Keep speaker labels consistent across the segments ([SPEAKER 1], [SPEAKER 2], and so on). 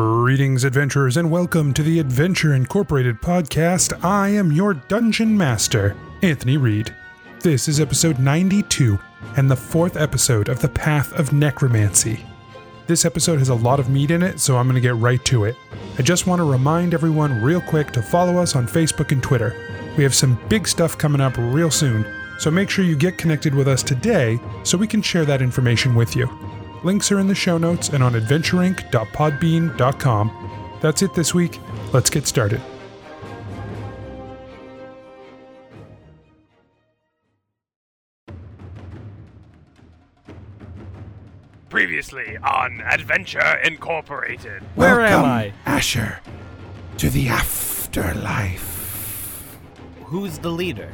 [SPEAKER 1] Greetings, adventurers, and welcome to the Adventure Incorporated podcast. I am your dungeon master, Anthony Reed. This is episode 92 and the fourth episode of The Path of Necromancy. This episode has a lot of meat in it, so I'm going to get right to it. I just want to remind everyone, real quick, to follow us on Facebook and Twitter. We have some big stuff coming up real soon, so make sure you get connected with us today so we can share that information with you. Links are in the show notes and on adventureinc.podbean.com. That's it this week. Let's get started.
[SPEAKER 2] Previously on Adventure Incorporated.
[SPEAKER 3] Where
[SPEAKER 4] Welcome,
[SPEAKER 3] am I?
[SPEAKER 4] Asher, to the afterlife.
[SPEAKER 3] Who's the leader?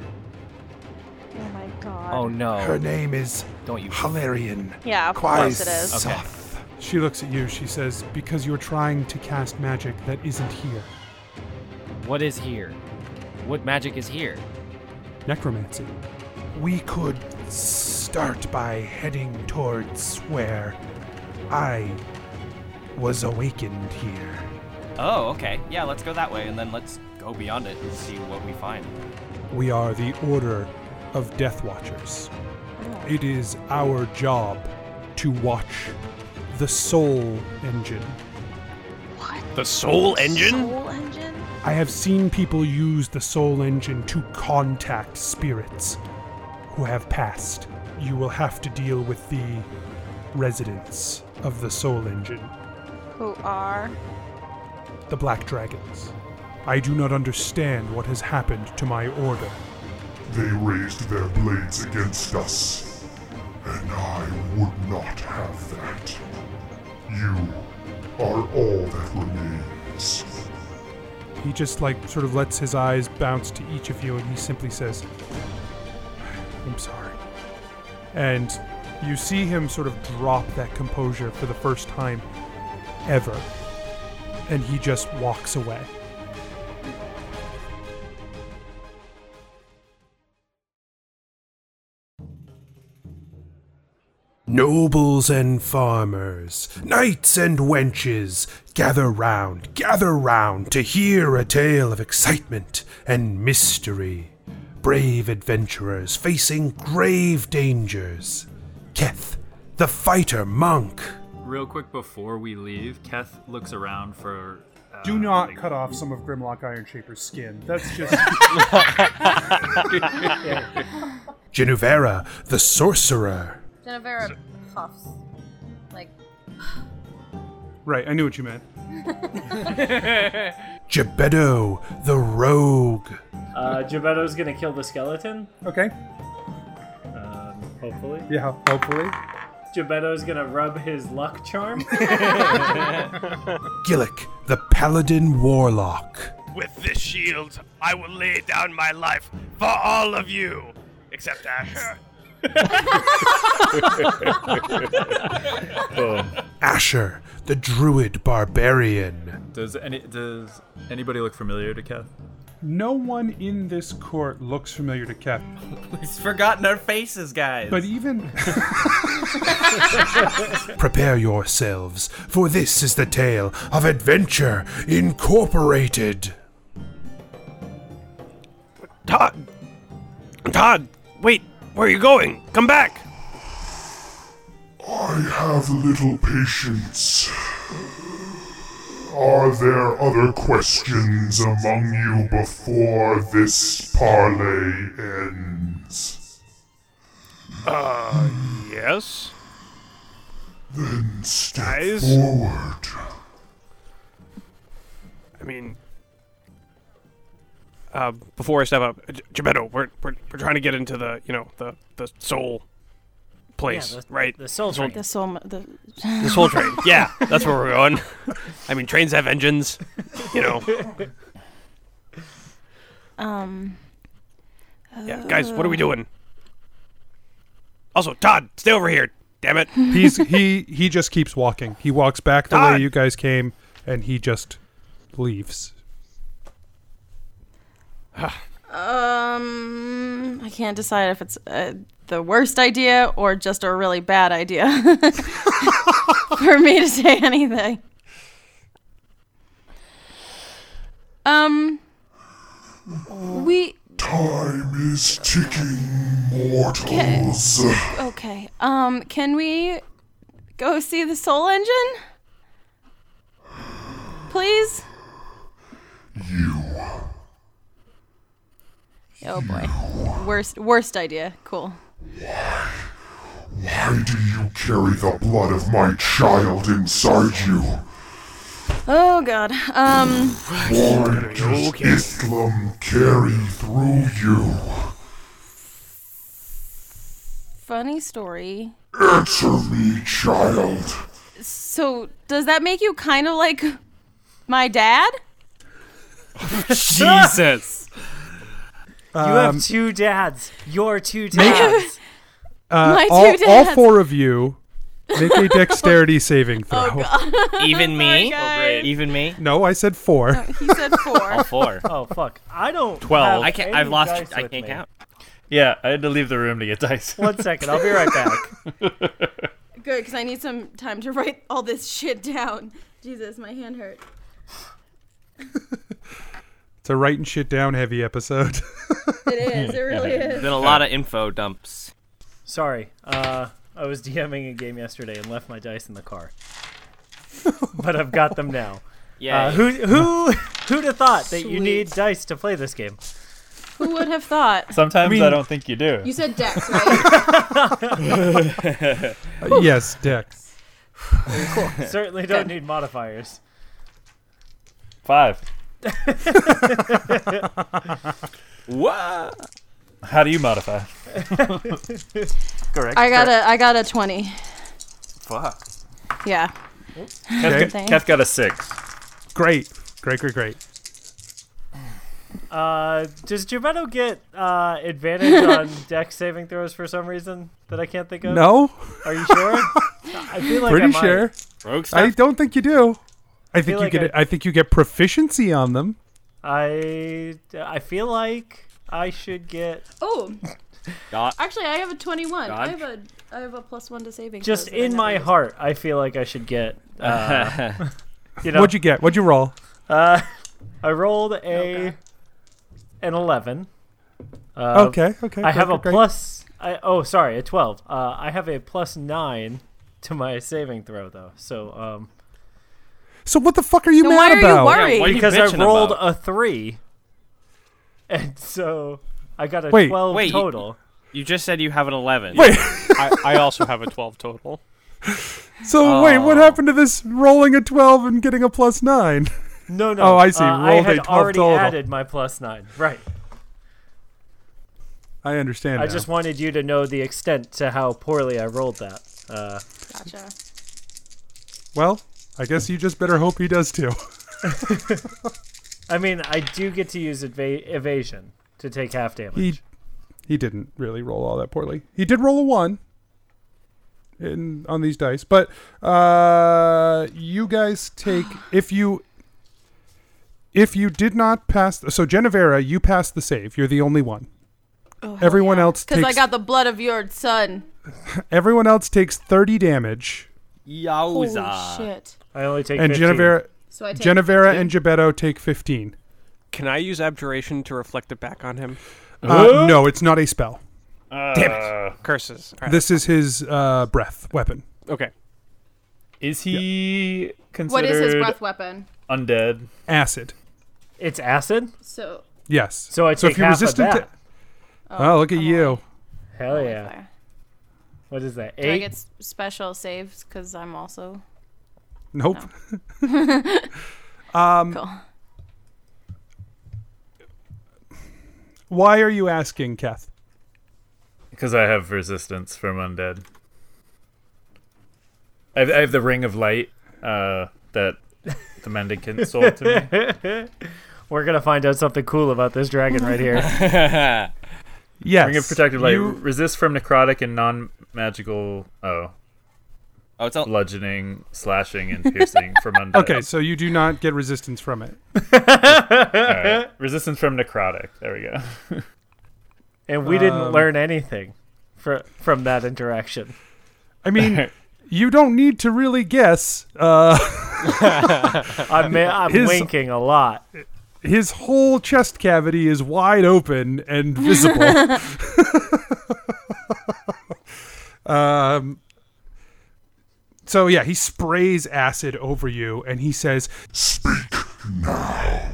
[SPEAKER 5] Oh my god.
[SPEAKER 3] Oh no.
[SPEAKER 4] Her name is
[SPEAKER 3] Don't you.
[SPEAKER 4] Hilarion.
[SPEAKER 5] Yeah, of course it is.
[SPEAKER 3] Okay.
[SPEAKER 4] Quaisoth.
[SPEAKER 1] She looks at you. She says, Because you're trying to cast magic that isn't here.
[SPEAKER 3] What is here? What magic is here?
[SPEAKER 1] Necromancy.
[SPEAKER 4] We could start by heading towards where I was awakened here.
[SPEAKER 6] Oh, okay. Yeah, let's go that way, and then let's go beyond it and see what we find.
[SPEAKER 1] We are the Order of Death Watchers. It is our job to watch the soul engine.
[SPEAKER 5] What?
[SPEAKER 2] The Soul Engine?
[SPEAKER 5] Soul engine?
[SPEAKER 1] I have seen people use the soul engine to contact spirits who have passed. You will have to deal with the residents of the soul engine,
[SPEAKER 5] Who are?
[SPEAKER 1] the black dragons. I do not understand what has happened to my order.
[SPEAKER 7] They raised their blades against us, and I would not have that. You are all that remains.
[SPEAKER 1] He just like sort of lets his eyes bounce to each of you and he simply says, I'm sorry. And you see him sort of drop that composure for the first time ever. And he just walks away.
[SPEAKER 4] Nobles and farmers, knights and wenches, gather round, gather round to hear a tale of excitement and mystery. Brave adventurers facing grave dangers. Keth, the fighter monk.
[SPEAKER 8] Real quick before we leave, Keth looks around for. Uh,
[SPEAKER 1] Do not
[SPEAKER 8] like-
[SPEAKER 1] cut off some of Grimlock Ironshaper's skin. That's just.
[SPEAKER 4] Genuvera, the sorcerer.
[SPEAKER 5] Genevera puffs. Like,
[SPEAKER 1] right, I knew what you meant.
[SPEAKER 4] Gebedo, the rogue.
[SPEAKER 9] Uh, Gebetto's gonna kill the skeleton,
[SPEAKER 1] Okay.
[SPEAKER 9] um, hopefully.
[SPEAKER 1] Yeah, hopefully.
[SPEAKER 9] Gebetto's gonna rub his luck charm.
[SPEAKER 4] Gillick, the paladin warlock.
[SPEAKER 2] With this shield, I will lay down my life for all of you, except Asher.
[SPEAKER 4] Asher, the druid barbarian.
[SPEAKER 8] Does any does anybody look familiar to Keth?
[SPEAKER 1] No one in this court looks familiar to Keth.
[SPEAKER 6] He's forgotten our faces, guys.
[SPEAKER 1] But even.
[SPEAKER 4] Prepare yourselves, for this is the tale of Adventure Incorporated.
[SPEAKER 2] Todd! Todd! Wait! Where are you going? Come back!
[SPEAKER 7] I have little patience. Are there other questions among you before this parley ends?
[SPEAKER 2] Yes?
[SPEAKER 7] Then step
[SPEAKER 2] Guys?
[SPEAKER 7] forward.
[SPEAKER 2] I mean. Uh, before I step up, J- Gebetto, we're, we're, we're trying to get into the, you know, the, the soul place,
[SPEAKER 9] the-
[SPEAKER 2] right?
[SPEAKER 9] the soul train.
[SPEAKER 5] the soul. The,
[SPEAKER 2] The soul train. yeah, that's where we're going. I mean, trains have engines, you know.
[SPEAKER 5] um.
[SPEAKER 2] Yeah, guys, what are we doing? Also, Todd, stay over here. Damn it.
[SPEAKER 1] He's he he just keeps walking. He walks back the way
[SPEAKER 2] Todd!
[SPEAKER 1] you guys came, and he just leaves.
[SPEAKER 5] Um. I can't decide if it's uh, the worst idea or just a really bad idea for me to say anything. Um, we
[SPEAKER 7] Time is ticking, mortals.
[SPEAKER 5] okay. Um, can we go see the Soul Engine, please?
[SPEAKER 7] You
[SPEAKER 5] Oh boy, worst worst idea. Cool.
[SPEAKER 7] Why do you carry the blood of my child inside you?
[SPEAKER 5] Oh god. Um,
[SPEAKER 7] Why does Islam carry through you?
[SPEAKER 5] funny story.
[SPEAKER 7] Answer me, child.
[SPEAKER 5] So does that make you kind of like my dad?
[SPEAKER 2] Jesus.
[SPEAKER 9] You have two dads. Your two dads.
[SPEAKER 1] Uh,
[SPEAKER 5] My two
[SPEAKER 1] all, all
[SPEAKER 5] dads.
[SPEAKER 1] four of you make a dexterity saving
[SPEAKER 5] Oh,
[SPEAKER 1] throw.
[SPEAKER 6] Even me?
[SPEAKER 5] Guys.
[SPEAKER 6] Even me?
[SPEAKER 1] No, I said four.
[SPEAKER 5] He said four.
[SPEAKER 6] Four.
[SPEAKER 9] oh fuck! I don't.
[SPEAKER 6] 12.
[SPEAKER 9] have
[SPEAKER 6] I can't,
[SPEAKER 9] any
[SPEAKER 6] I've lost.
[SPEAKER 9] dice
[SPEAKER 6] I
[SPEAKER 9] with
[SPEAKER 6] can't
[SPEAKER 9] me.
[SPEAKER 6] count.
[SPEAKER 8] Yeah, I had to leave the room to get dice.
[SPEAKER 9] One second, I'll be right back.
[SPEAKER 5] Good, because I need some time to write all this shit down. Jesus, my hand hurt.
[SPEAKER 1] It's a writing shit down heavy episode.
[SPEAKER 5] It is. It really is.
[SPEAKER 6] Been a lot
[SPEAKER 4] Oh.
[SPEAKER 6] of info
[SPEAKER 4] Uh,
[SPEAKER 6] dumps.
[SPEAKER 10] Sorry, uh, I was DMing a game yesterday and left my dice in the car.
[SPEAKER 9] But I've got them now.
[SPEAKER 6] Yeah.
[SPEAKER 9] Uh, who who who'd have thought that you
[SPEAKER 5] Sweet.
[SPEAKER 9] need dice to play this game?
[SPEAKER 5] Who would have thought?
[SPEAKER 8] Sometimes I, don't think you do.
[SPEAKER 5] You said Dex, right?
[SPEAKER 1] Uh, yes, Dex.
[SPEAKER 9] Certainly don't need modifiers.
[SPEAKER 8] Five.
[SPEAKER 6] Whoa.
[SPEAKER 8] How do you modify?
[SPEAKER 9] Correct.
[SPEAKER 5] I got a I got a twenty.
[SPEAKER 8] Fuck.
[SPEAKER 5] Yeah.
[SPEAKER 8] Kath,
[SPEAKER 5] Okay.
[SPEAKER 8] got, Kath got a six.
[SPEAKER 1] Great. Great, great, great.
[SPEAKER 9] Uh, does Geppetto get uh, advantage on deck saving throws for some reason that I can't think of?
[SPEAKER 1] No,
[SPEAKER 9] Are you sure? I feel like I
[SPEAKER 1] pretty
[SPEAKER 9] might.
[SPEAKER 1] sure.
[SPEAKER 6] Rogue stuff.
[SPEAKER 1] I don't think you do. I think
[SPEAKER 9] feel
[SPEAKER 1] you
[SPEAKER 9] like
[SPEAKER 1] get.
[SPEAKER 9] I-
[SPEAKER 1] it- I think you get proficiency on them.
[SPEAKER 9] I I feel like I should get
[SPEAKER 5] Oh,
[SPEAKER 6] Dot.
[SPEAKER 5] actually, I have a twenty-one. I
[SPEAKER 6] Dodge.
[SPEAKER 5] have a I have a plus one to saving.
[SPEAKER 9] just
[SPEAKER 5] throws that I
[SPEAKER 9] in
[SPEAKER 5] never
[SPEAKER 9] my
[SPEAKER 5] use.
[SPEAKER 9] heart. I feel like I should get. Uh, you know,
[SPEAKER 1] What'd you get? What'd you roll?
[SPEAKER 9] uh, I rolled a
[SPEAKER 5] God.
[SPEAKER 9] an eleven. Uh,
[SPEAKER 1] okay. Okay.
[SPEAKER 9] I
[SPEAKER 1] great,
[SPEAKER 9] have a
[SPEAKER 1] great, great.
[SPEAKER 9] plus. I, oh, sorry, a twelve. Uh, I have a plus nine to my saving throw though. So um,
[SPEAKER 1] So what the fuck are you
[SPEAKER 5] Then
[SPEAKER 1] mad
[SPEAKER 5] why are
[SPEAKER 1] about?
[SPEAKER 5] you worried?
[SPEAKER 6] why you-
[SPEAKER 9] because I
[SPEAKER 6] bitching
[SPEAKER 9] rolled
[SPEAKER 6] about?
[SPEAKER 9] a three, and so I got a
[SPEAKER 1] Wait.
[SPEAKER 9] twelve
[SPEAKER 6] Wait, you-
[SPEAKER 9] total.
[SPEAKER 6] You just said you have an 11.
[SPEAKER 1] Wait.
[SPEAKER 11] I, I also have a 12 total.
[SPEAKER 1] So wait,
[SPEAKER 5] Uh,
[SPEAKER 1] what happened to this rolling a twelve and getting a plus nine?
[SPEAKER 9] No, no.
[SPEAKER 1] Oh, I see.
[SPEAKER 9] Uh, I
[SPEAKER 1] Rolled a
[SPEAKER 9] had
[SPEAKER 1] 12
[SPEAKER 9] already
[SPEAKER 1] total.
[SPEAKER 9] added my plus nine. Right.
[SPEAKER 1] I understand.
[SPEAKER 9] I
[SPEAKER 1] now.
[SPEAKER 9] just wanted you to know the extent to how poorly I rolled that. Uh,
[SPEAKER 5] Gotcha.
[SPEAKER 1] Well, I guess you just better hope he does too.
[SPEAKER 9] I mean, I do get to use eva- evasion to take half damage.
[SPEAKER 1] He he didn't really roll all that poorly. He did roll a one in on these dice, but uh, you guys take if you if you did not pass. So Genevera, you passed the save. You're the only one.
[SPEAKER 5] Oh,
[SPEAKER 1] everyone else
[SPEAKER 5] Because I
[SPEAKER 1] takes
[SPEAKER 5] got the blood of your son.
[SPEAKER 1] everyone else takes thirty damage,
[SPEAKER 6] Yowza.
[SPEAKER 5] Holy Oh, shit!
[SPEAKER 9] I only take
[SPEAKER 1] and
[SPEAKER 9] 15.
[SPEAKER 1] Genevera
[SPEAKER 5] So I take
[SPEAKER 1] Genevera and Gebetto take fifteen.
[SPEAKER 11] Can I use abjuration to reflect it back on him?
[SPEAKER 1] Uh, no, it's not a spell.
[SPEAKER 8] Uh,
[SPEAKER 11] Curses. All right.
[SPEAKER 1] This is his uh, breath weapon.
[SPEAKER 11] okay.
[SPEAKER 8] Is he considered
[SPEAKER 5] What is his breath weapon?
[SPEAKER 8] undead?
[SPEAKER 1] Acid.
[SPEAKER 9] It's acid.
[SPEAKER 5] So
[SPEAKER 1] Yes.
[SPEAKER 9] So I
[SPEAKER 1] so if
[SPEAKER 9] take
[SPEAKER 1] you're
[SPEAKER 9] half of
[SPEAKER 1] resistant
[SPEAKER 9] that.
[SPEAKER 1] to. Oh, look at you.
[SPEAKER 9] Hell Oh, yeah!
[SPEAKER 5] fire.
[SPEAKER 9] What is that?
[SPEAKER 5] do I
[SPEAKER 9] Eight.
[SPEAKER 5] get s- special saves because I'm also
[SPEAKER 1] Nope.
[SPEAKER 9] Oh.
[SPEAKER 5] cool.
[SPEAKER 1] Why are you asking, Kath?
[SPEAKER 8] Because I have resistance from undead. I have, I have the ring of light uh, that the mendicant sold to me.
[SPEAKER 9] We're gonna find out something cool about this dragon right here.
[SPEAKER 1] Yes.
[SPEAKER 8] Ring of protective light
[SPEAKER 1] You-
[SPEAKER 8] resist from necrotic and non-magical. Oh,
[SPEAKER 6] Oh, it's all.
[SPEAKER 8] bludgeoning, slashing, and piercing from undead.
[SPEAKER 1] okay, so you do not get resistance from it.
[SPEAKER 8] All right. resistance from necrotic. There we go.
[SPEAKER 9] and we
[SPEAKER 1] Um,
[SPEAKER 9] didn't learn anything fr- from that interaction.
[SPEAKER 1] I mean, you don't need to really guess. Uh,
[SPEAKER 9] I'm, ma- I'm
[SPEAKER 1] His-
[SPEAKER 9] winking a lot.
[SPEAKER 1] his whole chest cavity is wide open and visible. um, so yeah, he sprays acid over you, and he says,
[SPEAKER 7] "Speak now."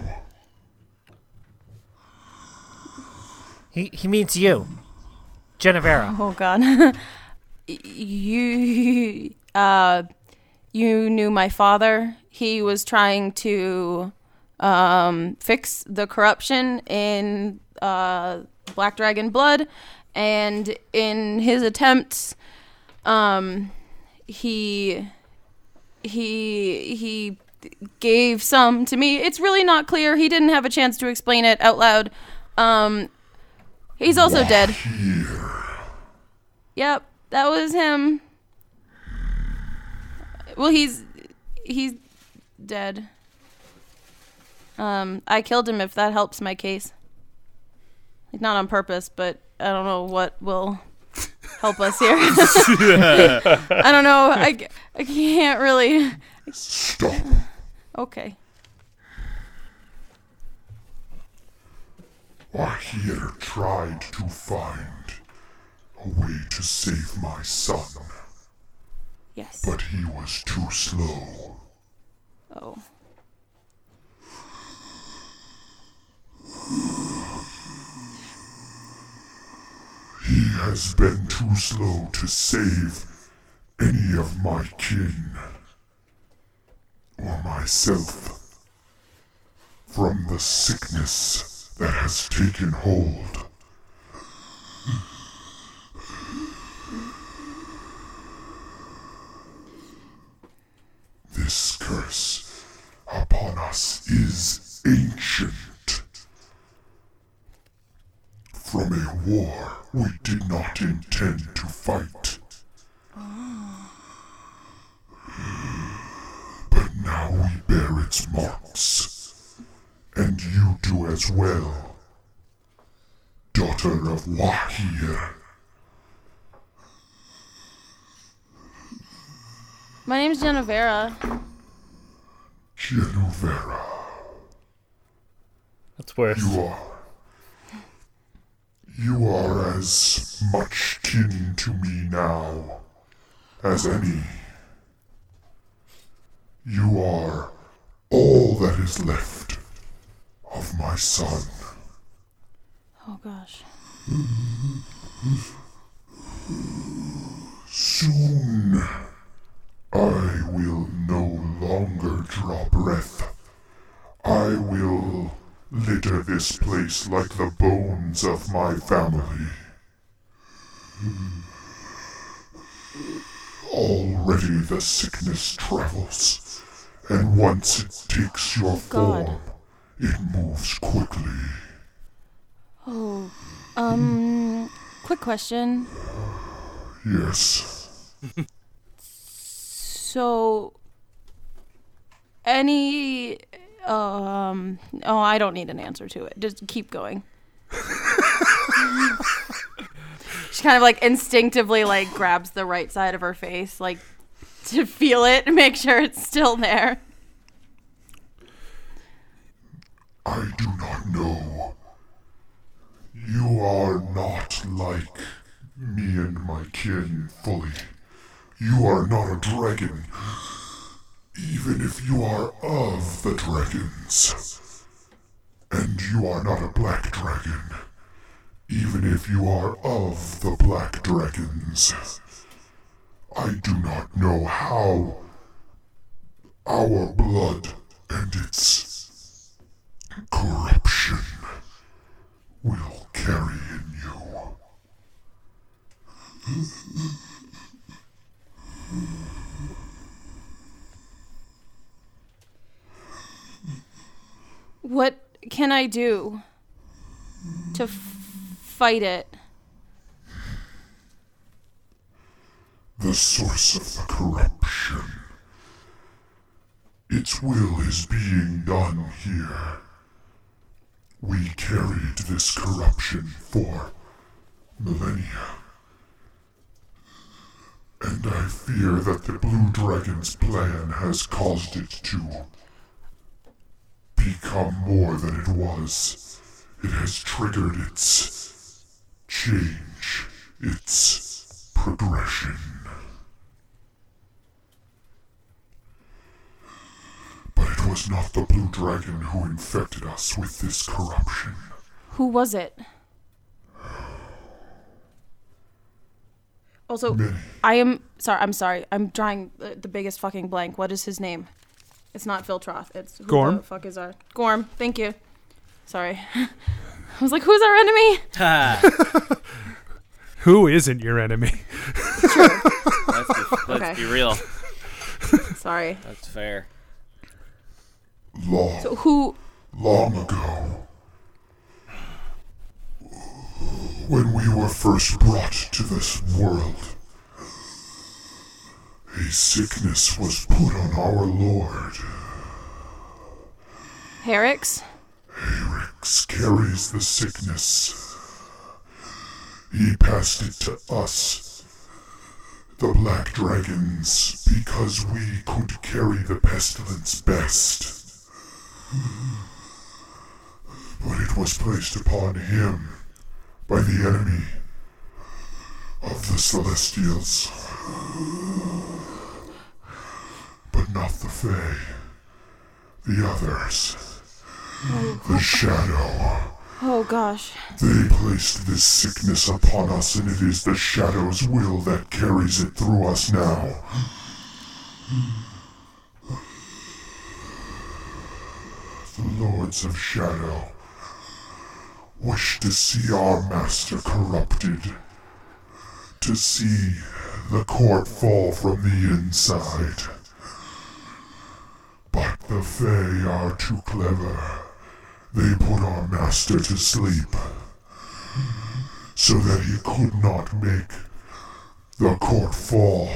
[SPEAKER 9] He he means you, Genevera.
[SPEAKER 5] Oh God, you uh, you knew my father. He was trying to um, fix the corruption in uh, Black Dragon Blood, and in his attempts, um, he he he gave some to me. It's really not clear. He didn't have a chance to explain it out loud. Um, he's also dead. Yep, that was him. Well, he's he's dead. Um, I killed him. If that helps my case, like not on purpose, but I don't know what will help us here. I don't know. I, c- I can't really.
[SPEAKER 7] Stop.
[SPEAKER 5] Okay.
[SPEAKER 7] Ahir tried to find a way to save my son.
[SPEAKER 5] Yes.
[SPEAKER 7] But he was too slow.
[SPEAKER 5] Oh.
[SPEAKER 7] He has been too slow to save any of my kin or myself from the sickness that has taken hold. This curse upon us is ancient. From a war we did not intend to fight. But now we bear its marks. And you do as well, daughter of Wahir.
[SPEAKER 5] My name's Genevera.
[SPEAKER 7] Genuvera.
[SPEAKER 8] That's worse.
[SPEAKER 7] You are. You are as much kin to me now as any. You are all that is left of my son.
[SPEAKER 5] Oh gosh.
[SPEAKER 7] Soon I will no longer draw breath. I will litter this place like the bones of my family. Already the sickness travels, and once it takes your
[SPEAKER 5] God.
[SPEAKER 7] form, it moves quickly.
[SPEAKER 5] Oh. Um. Quick question.
[SPEAKER 7] Yes,
[SPEAKER 5] So. Any. Um. Oh, I don't need an answer to it. Just keep going. she kind of like instinctively like grabs the right side of her face like to feel it, make sure it's still there.
[SPEAKER 7] I do not know. You are not like me and my kin fully. You are not a dragon, even if you are of the dragons. And you are not a black dragon, even if you are of the black dragons. I do not know how our blood and its corruption will carry in you.
[SPEAKER 5] What can I do to f- fight it?
[SPEAKER 7] the source of the corruption. Its will is being done here. We carried this corruption for millennia. And I fear that the Blue Dragon's plan has caused it to become become more than it was. It has triggered its change, its progression. But it was not the blue dragon who infected us with this corruption.
[SPEAKER 5] Who was it? Also,
[SPEAKER 7] Many.
[SPEAKER 5] I am sorry. I'm sorry. I'm drawing uh, the biggest fucking blank. What is his name? It's not Viltroth. It's who
[SPEAKER 1] Gorm?
[SPEAKER 5] The fuck is our Gorm? Thank you. Sorry. I was like, who's our enemy?
[SPEAKER 1] Who isn't your enemy?
[SPEAKER 12] Let's be, let's
[SPEAKER 5] Okay.
[SPEAKER 12] be real.
[SPEAKER 5] Sorry.
[SPEAKER 12] That's fair.
[SPEAKER 7] Long,
[SPEAKER 5] So who?
[SPEAKER 7] long ago, when we were first brought to this world, a sickness was put on our Lord.
[SPEAKER 5] Herix?
[SPEAKER 7] Rex carries the sickness. He passed it to us, the Black Dragons, because we could carry the pestilence best. But it was placed upon him by the enemy of the Celestials. But not the Fae, the others. The shadow.
[SPEAKER 5] Oh gosh.
[SPEAKER 7] They placed this sickness upon us, and it is the shadow's will that carries it through us now. The Lords of Shadow wish to see our master corrupted, to see the court fall from the inside. But the Fae are too clever. They put our master to sleep so that he could not make the court fall.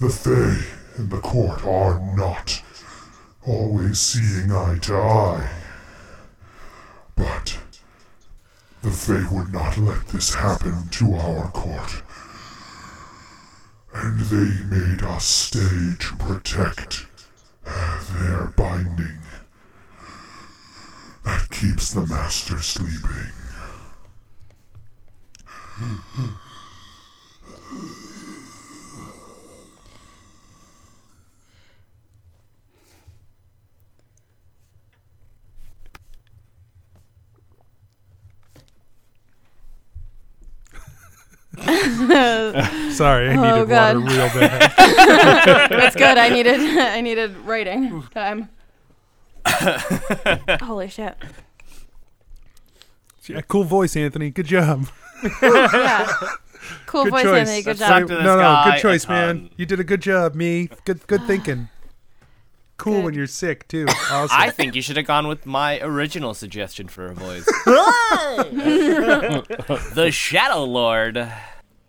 [SPEAKER 7] The Fae and the court are not always seeing eye to eye. But the Fae would not let this happen to our court. And they made us stay to protect their binding that keeps the master sleeping.
[SPEAKER 1] Sorry, I
[SPEAKER 5] Oh,
[SPEAKER 1] needed
[SPEAKER 5] God.
[SPEAKER 1] water real bad.
[SPEAKER 5] That's good. I needed I needed writing time. Holy shit.
[SPEAKER 1] Yeah, cool voice, Anthony. Good job.
[SPEAKER 5] yeah. Cool
[SPEAKER 1] good
[SPEAKER 5] voice,
[SPEAKER 1] choice.
[SPEAKER 5] Anthony. Good job.
[SPEAKER 1] No, no, good choice, man. You did a good job, me. Good, good thinking. Cool when you're sick too. Awesome.
[SPEAKER 12] I think you should have gone with my original suggestion for a voice. the Shadow Lord.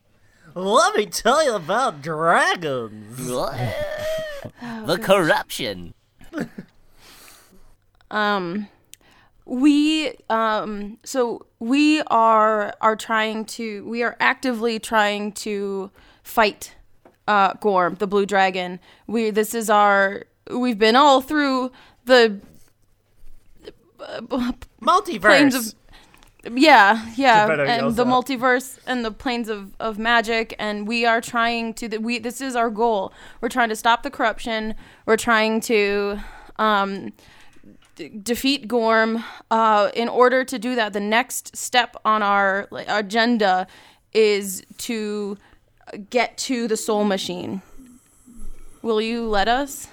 [SPEAKER 9] Let me tell you about dragons.
[SPEAKER 12] The corruption.
[SPEAKER 5] Um, we um, so we are are trying to we are actively trying to fight uh, Gorm the Blue Dragon. We this is our we've been all through the
[SPEAKER 9] multiverse.
[SPEAKER 5] planes of yeah yeah
[SPEAKER 9] Geppetto
[SPEAKER 5] and
[SPEAKER 9] yells
[SPEAKER 5] the
[SPEAKER 9] out.
[SPEAKER 5] multiverse and the planes of, of magic and we are trying to we this is our goal we're trying to stop the corruption we're trying to um, d- defeat gorm uh, in order to do that the next step on our like, agenda is to get to the soul machine will you let us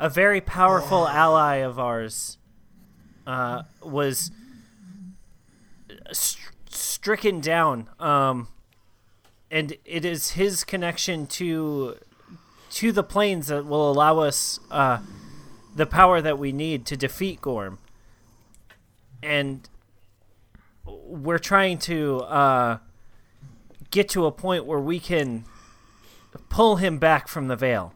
[SPEAKER 9] a very powerful ally of ours uh, was st- stricken down um, and it is his connection to to the planes that will allow us uh, the power that we need to defeat gorm and we're trying to uh, get to a point where we can pull him back from the veil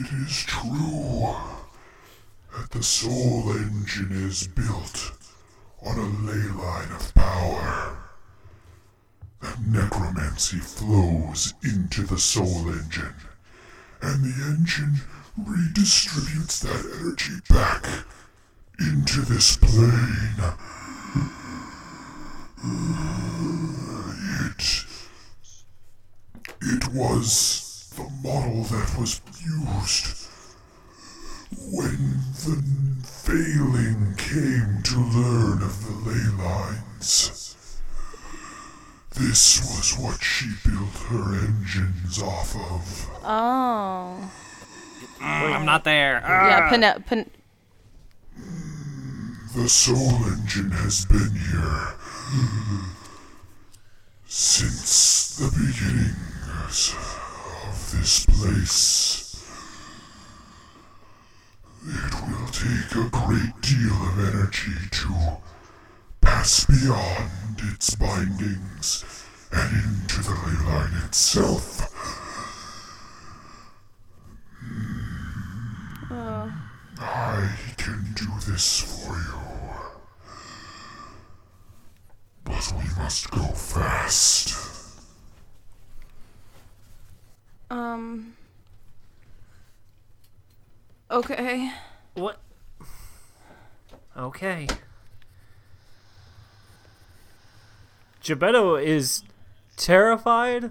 [SPEAKER 7] It is true that the soul engine is built on a ley line of power necromancy flows into the soul engine, and the engine redistributes that energy back into this plane. It. It was the model that was used when the Failing came to learn of the ley lines. This was what she built her engines off of.
[SPEAKER 5] Oh.
[SPEAKER 13] I'm not there.
[SPEAKER 5] Yeah,
[SPEAKER 13] Ah.
[SPEAKER 5] Pin- Pin-
[SPEAKER 7] The soul engine has been here since the beginnings of this place. It will take a great deal of energy to pass beyond its bindings and into the ley line itself. I can do this for you. But we must go fast.
[SPEAKER 5] um. Okay.
[SPEAKER 9] What? Okay. Gebetto is terrified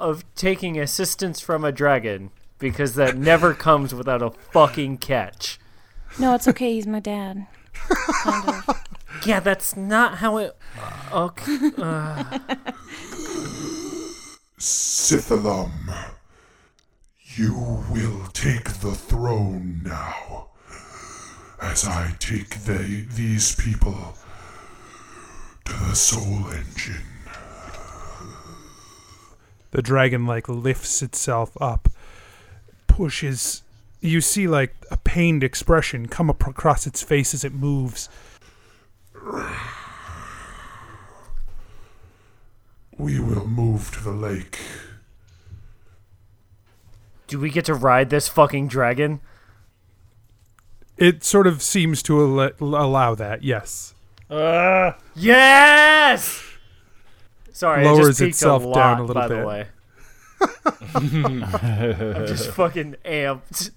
[SPEAKER 9] of taking assistance from a dragon because that never comes without a fucking catch.
[SPEAKER 5] No, it's okay. He's my dad. Kind of.
[SPEAKER 9] Yeah, that's not how it. Okay. Uh,
[SPEAKER 7] Sithalum, you will take the throne now. As I take the, these people to the soul engine.
[SPEAKER 1] the dragon like lifts itself up pushes you see like a pained expression come up across its face as it moves
[SPEAKER 7] We will move to the lake.
[SPEAKER 9] do we get to ride this fucking dragon?
[SPEAKER 1] it sort of seems to al- allow that yes
[SPEAKER 9] Uh, yes! Sorry, I
[SPEAKER 1] Lowers
[SPEAKER 9] just peaked
[SPEAKER 1] itself
[SPEAKER 9] a
[SPEAKER 1] down
[SPEAKER 9] lot,
[SPEAKER 1] a little
[SPEAKER 9] by
[SPEAKER 1] bit.
[SPEAKER 9] the way. I'm just fucking amped.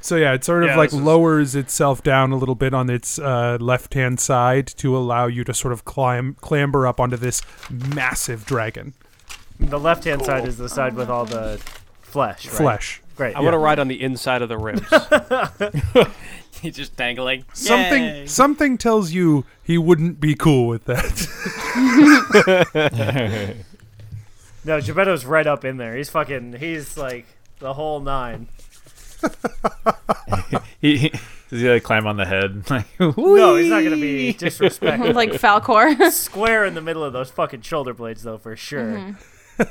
[SPEAKER 1] so yeah it sort of
[SPEAKER 9] Yeah,
[SPEAKER 1] like
[SPEAKER 9] this is-
[SPEAKER 1] lowers itself down a little bit on its uh, left hand side to allow you to sort of climb clamber up onto this massive dragon
[SPEAKER 9] The left hand side is the side with all the flesh. Right?
[SPEAKER 1] Flesh.
[SPEAKER 9] Great.
[SPEAKER 2] I want to ride on the inside of the ribs.
[SPEAKER 13] He's just dangling.
[SPEAKER 1] something
[SPEAKER 13] Yay.
[SPEAKER 1] something tells you he wouldn't be cool with that
[SPEAKER 9] No, Gebetto's right up in there. He's fucking. He's like the whole nine.
[SPEAKER 8] He, he- does he like climb on the head? Like,
[SPEAKER 9] No, he's not gonna be disrespectful.
[SPEAKER 5] Like Falcor.
[SPEAKER 9] Square in the middle of those fucking shoulder blades, though, for sure.
[SPEAKER 5] Mm-hmm.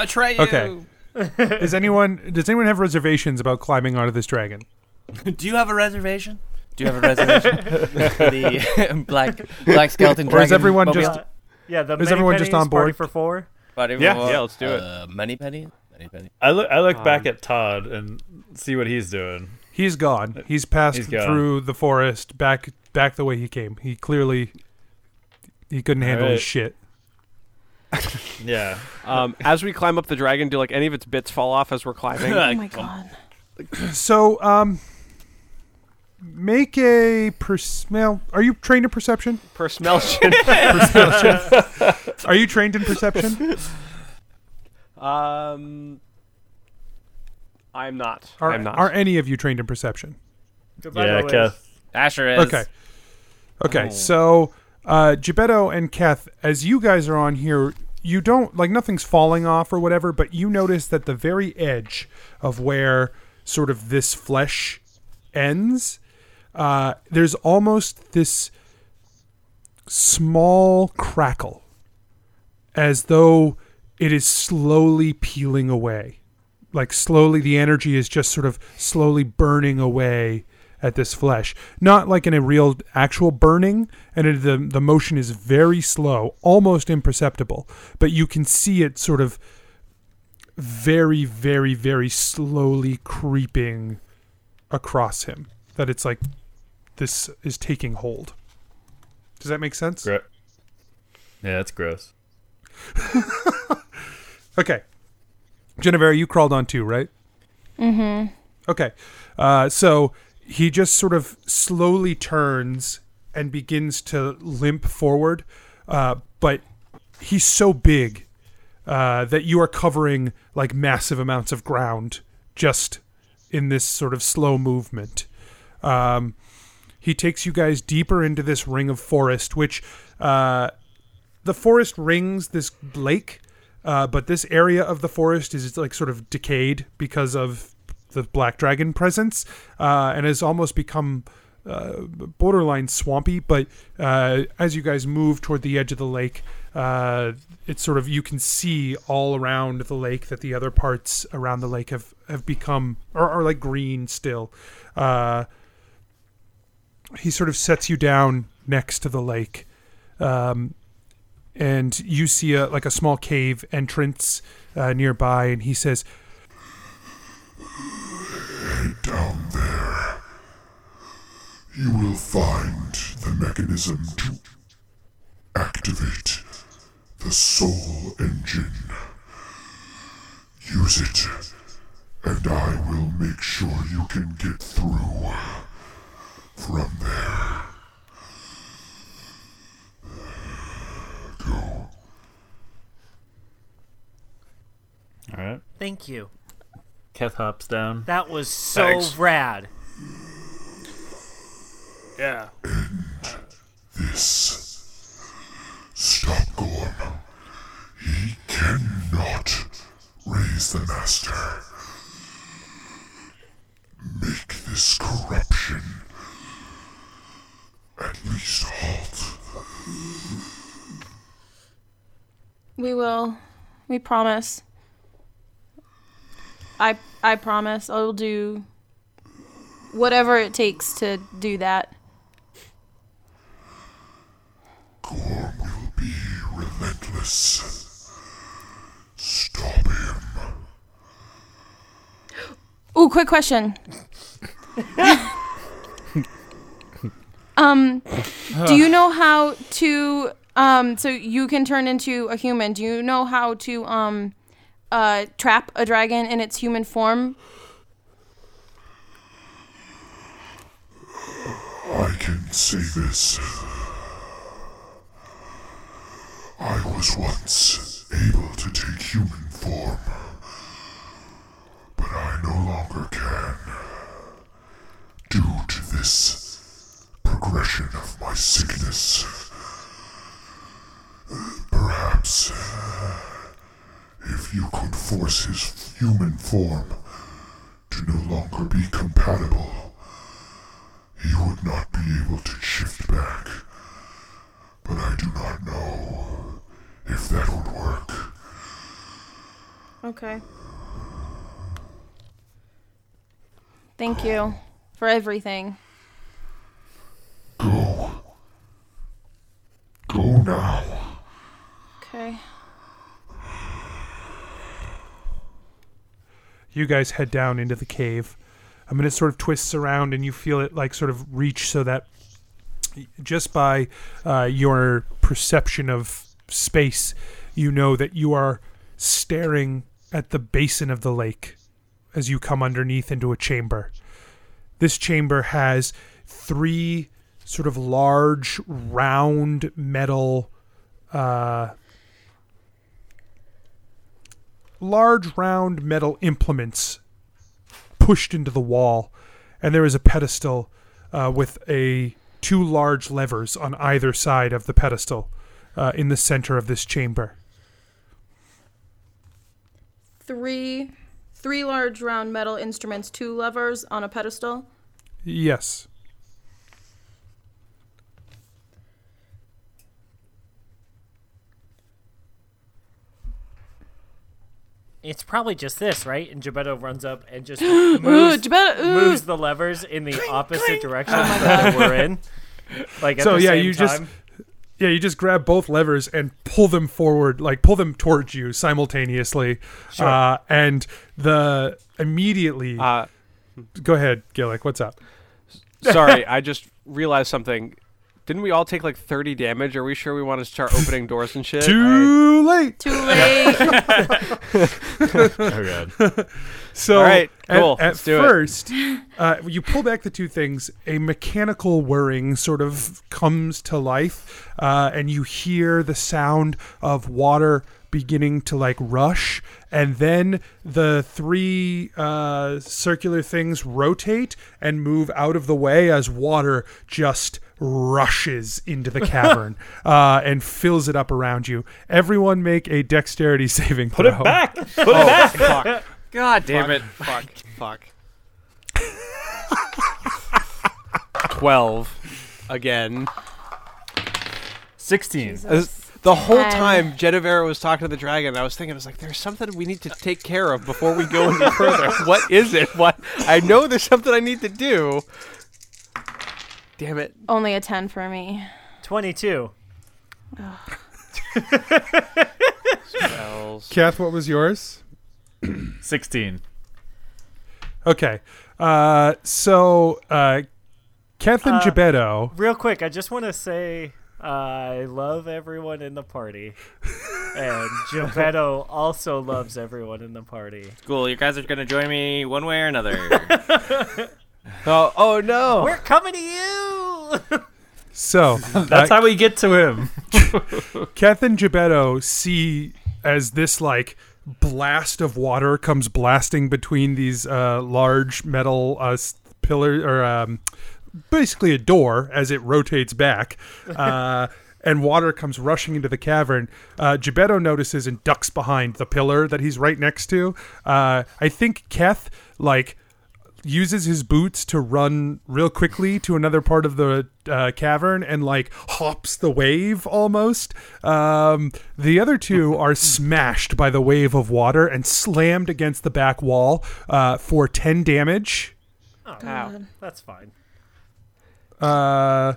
[SPEAKER 13] Atreyu.
[SPEAKER 1] Okay. Is anyone does anyone have reservations about climbing onto this dragon?
[SPEAKER 13] Do you have a reservation? Do you have a reservation for the black black skeleton
[SPEAKER 1] Or
[SPEAKER 13] dragon?
[SPEAKER 1] is everyone just
[SPEAKER 9] Yeah, the
[SPEAKER 1] is everyone just
[SPEAKER 9] Minipennies
[SPEAKER 1] on board?
[SPEAKER 9] party for four.
[SPEAKER 13] Party
[SPEAKER 8] Yeah,
[SPEAKER 13] for-
[SPEAKER 8] yeah, let's do it.
[SPEAKER 13] Uh, many penny, many penny.
[SPEAKER 8] I look. I look back
[SPEAKER 13] Um,
[SPEAKER 8] at Todd and see what he's doing.
[SPEAKER 1] He's gone. He's passed
[SPEAKER 8] He's gone.
[SPEAKER 1] through the forest back back the way he came. He clearly he couldn't handle his
[SPEAKER 2] Alright.
[SPEAKER 1] shit.
[SPEAKER 8] Yeah.
[SPEAKER 2] Um, as we climb up the dragon, do like any of its bits fall off as we're climbing?
[SPEAKER 8] Oh my
[SPEAKER 5] god.
[SPEAKER 1] So um make a per smell are you trained in perception?
[SPEAKER 2] Persmelsion.
[SPEAKER 1] Persmelsion. Are you trained in perception?
[SPEAKER 2] Um, I'm not.
[SPEAKER 1] Are,
[SPEAKER 2] I'm not.
[SPEAKER 1] are any of you trained in perception?
[SPEAKER 8] Yeah, Keth.
[SPEAKER 13] Asher is.
[SPEAKER 1] Okay. Okay. So, uh, Gebetto and Keth, as you guys are on here, you don't like nothing's falling off or whatever, but you notice that the very edge of where sort of this flesh ends, uh, there's almost this small crackle as though it is slowly peeling away. Like slowly, the energy is just sort of slowly burning away at this flesh. Not like in a real actual burning, and it, the the motion is very slow, almost imperceptible. But you can see it sort of very, very, very slowly creeping across him. That it's like this is taking hold. Does that make sense?
[SPEAKER 8] Great. Yeah, that's gross.
[SPEAKER 1] Okay. Genevera, you crawled on too, right?
[SPEAKER 5] Mm-hmm.
[SPEAKER 1] Okay. Uh, so he just sort of slowly turns and begins to limp forward, uh, but he's so big uh, that you are covering like massive amounts of ground just in this sort of slow movement. Um, he takes you guys deeper into this ring of forest, which uh, the forest rings this lake, uh, but this area of the forest is like sort of decayed because of the black dragon presence, uh, and has almost become uh, borderline swampy. But uh, as you guys move toward the edge of the lake, uh, it's sort of you can see all around the lake that the other parts around the lake have have become are, are like green still. Uh, he sort of sets you down next to the lake um, and you see a like a small cave entrance uh, nearby and he says
[SPEAKER 7] You will find the mechanism to activate the soul engine. Use it, and I will make sure you can get through from there. Go.
[SPEAKER 8] All right.
[SPEAKER 9] Thank you.
[SPEAKER 8] Keth hops down.
[SPEAKER 9] That was so
[SPEAKER 8] Thanks.
[SPEAKER 9] rad.
[SPEAKER 2] Yeah.
[SPEAKER 7] This. Stop Gorm. He cannot raise the master. Make this corruption at least halt.
[SPEAKER 5] We will. We promise. I I promise I will do whatever it takes to do that.
[SPEAKER 7] Relentless.
[SPEAKER 5] Ooh, quick question. um, do you know how to? Um, so you can turn into a human. Do you know how to um, uh, trap a dragon in its human form?
[SPEAKER 7] I can say this. I was once able to take human form, but I no longer can. Due to this progression of my sickness, perhaps uh, if you could force his human form to no longer be compatible, he would not be able to shift back. But I do not know if that would work.
[SPEAKER 5] Okay. Thank you for everything.
[SPEAKER 7] Go. Go now.
[SPEAKER 5] Okay.
[SPEAKER 1] you guys head down into the cave i mean it sort of twists around and you feel it like sort of reach so that just by uh, your perception of space you know that you are staring at the basin of the lake as you come underneath into a chamber this chamber has three sort of large round metal uh, large round metal implements pushed into the wall, and there is a pedestal uh, with a two large levers on either side of the pedestal uh, in the center of this chamber.
[SPEAKER 5] Three, three large round metal instruments, two levers on a pedestal.
[SPEAKER 1] Yes.
[SPEAKER 9] It's probably just this, right? And Gebetto runs up and just
[SPEAKER 5] Ooh,
[SPEAKER 9] moves,
[SPEAKER 5] Gebetto, ooh. Oh
[SPEAKER 9] moves the levers in the opposite direction that we're in. Like at
[SPEAKER 1] so
[SPEAKER 9] the
[SPEAKER 1] yeah,
[SPEAKER 9] same
[SPEAKER 1] you just
[SPEAKER 9] time.
[SPEAKER 1] yeah, you just grab both levers and pull them forward, like pull them towards you simultaneously,
[SPEAKER 12] Sure.
[SPEAKER 1] uh, and the immediately.
[SPEAKER 11] Ah.
[SPEAKER 2] Uh,
[SPEAKER 1] go ahead, Gillick. What's up?
[SPEAKER 2] Sorry, I just realized something.
[SPEAKER 11] Didn't we all take like 30 damage? Are we sure we want to start opening doors and shit?
[SPEAKER 1] Too late.
[SPEAKER 5] Too late.
[SPEAKER 11] Oh, God.
[SPEAKER 1] So
[SPEAKER 11] All right,
[SPEAKER 1] at-
[SPEAKER 11] cool.
[SPEAKER 1] at,
[SPEAKER 11] Let's do it.
[SPEAKER 1] first, uh, you pull back the two things. A mechanical whirring sort of comes to life, uh, and you hear the sound of water beginning to like rush, and then the three uh, circular things rotate and move out of the way as water just rushes into the cavern uh, and fills it up around you. Everyone make a dexterity saving throw.
[SPEAKER 11] it back! Put it
[SPEAKER 1] Oh,
[SPEAKER 11] back!
[SPEAKER 1] fuck.
[SPEAKER 11] God damn
[SPEAKER 12] Fuck,
[SPEAKER 11] it.
[SPEAKER 12] Fuck. Fuck.
[SPEAKER 11] 12 again.
[SPEAKER 14] 16.
[SPEAKER 11] The whole
[SPEAKER 12] Um,
[SPEAKER 11] time Jedivera was talking to the dragon, I was thinking, I was like, there's something we need to take care of before we go any further. what is it? What? I know there's something I need to do. Damn it.
[SPEAKER 5] Only a 10 for me.
[SPEAKER 9] 22.
[SPEAKER 1] Kath, what was yours?
[SPEAKER 8] 16.
[SPEAKER 1] Okay. Uh, so, uh, Kath and
[SPEAKER 9] Uh,
[SPEAKER 1] Gebetto.
[SPEAKER 9] Real quick, I just want to say uh, I love everyone in the party. and Geppetto also loves everyone in the party.
[SPEAKER 13] Cool, you guys are gonna join me one way or another.
[SPEAKER 11] oh, oh no!
[SPEAKER 9] We're coming to you!
[SPEAKER 1] So
[SPEAKER 14] That's how we get to him.
[SPEAKER 1] Kath and Gebetto see as this like blast of water comes blasting between these uh, large metal uh, s- pillar or um, basically a door as it rotates back. Uh, And water comes rushing into the cavern. Uh, Gebetto notices and ducks behind the pillar that he's right next to. Uh, I think Keth, like, uses his boots to run real quickly to another part of the uh, cavern and like hops the wave almost. Um, the other two are smashed by the wave of water and slammed against the back wall uh, for 10 damage.
[SPEAKER 9] Oh,
[SPEAKER 11] God.
[SPEAKER 9] That's fine.
[SPEAKER 1] Uh,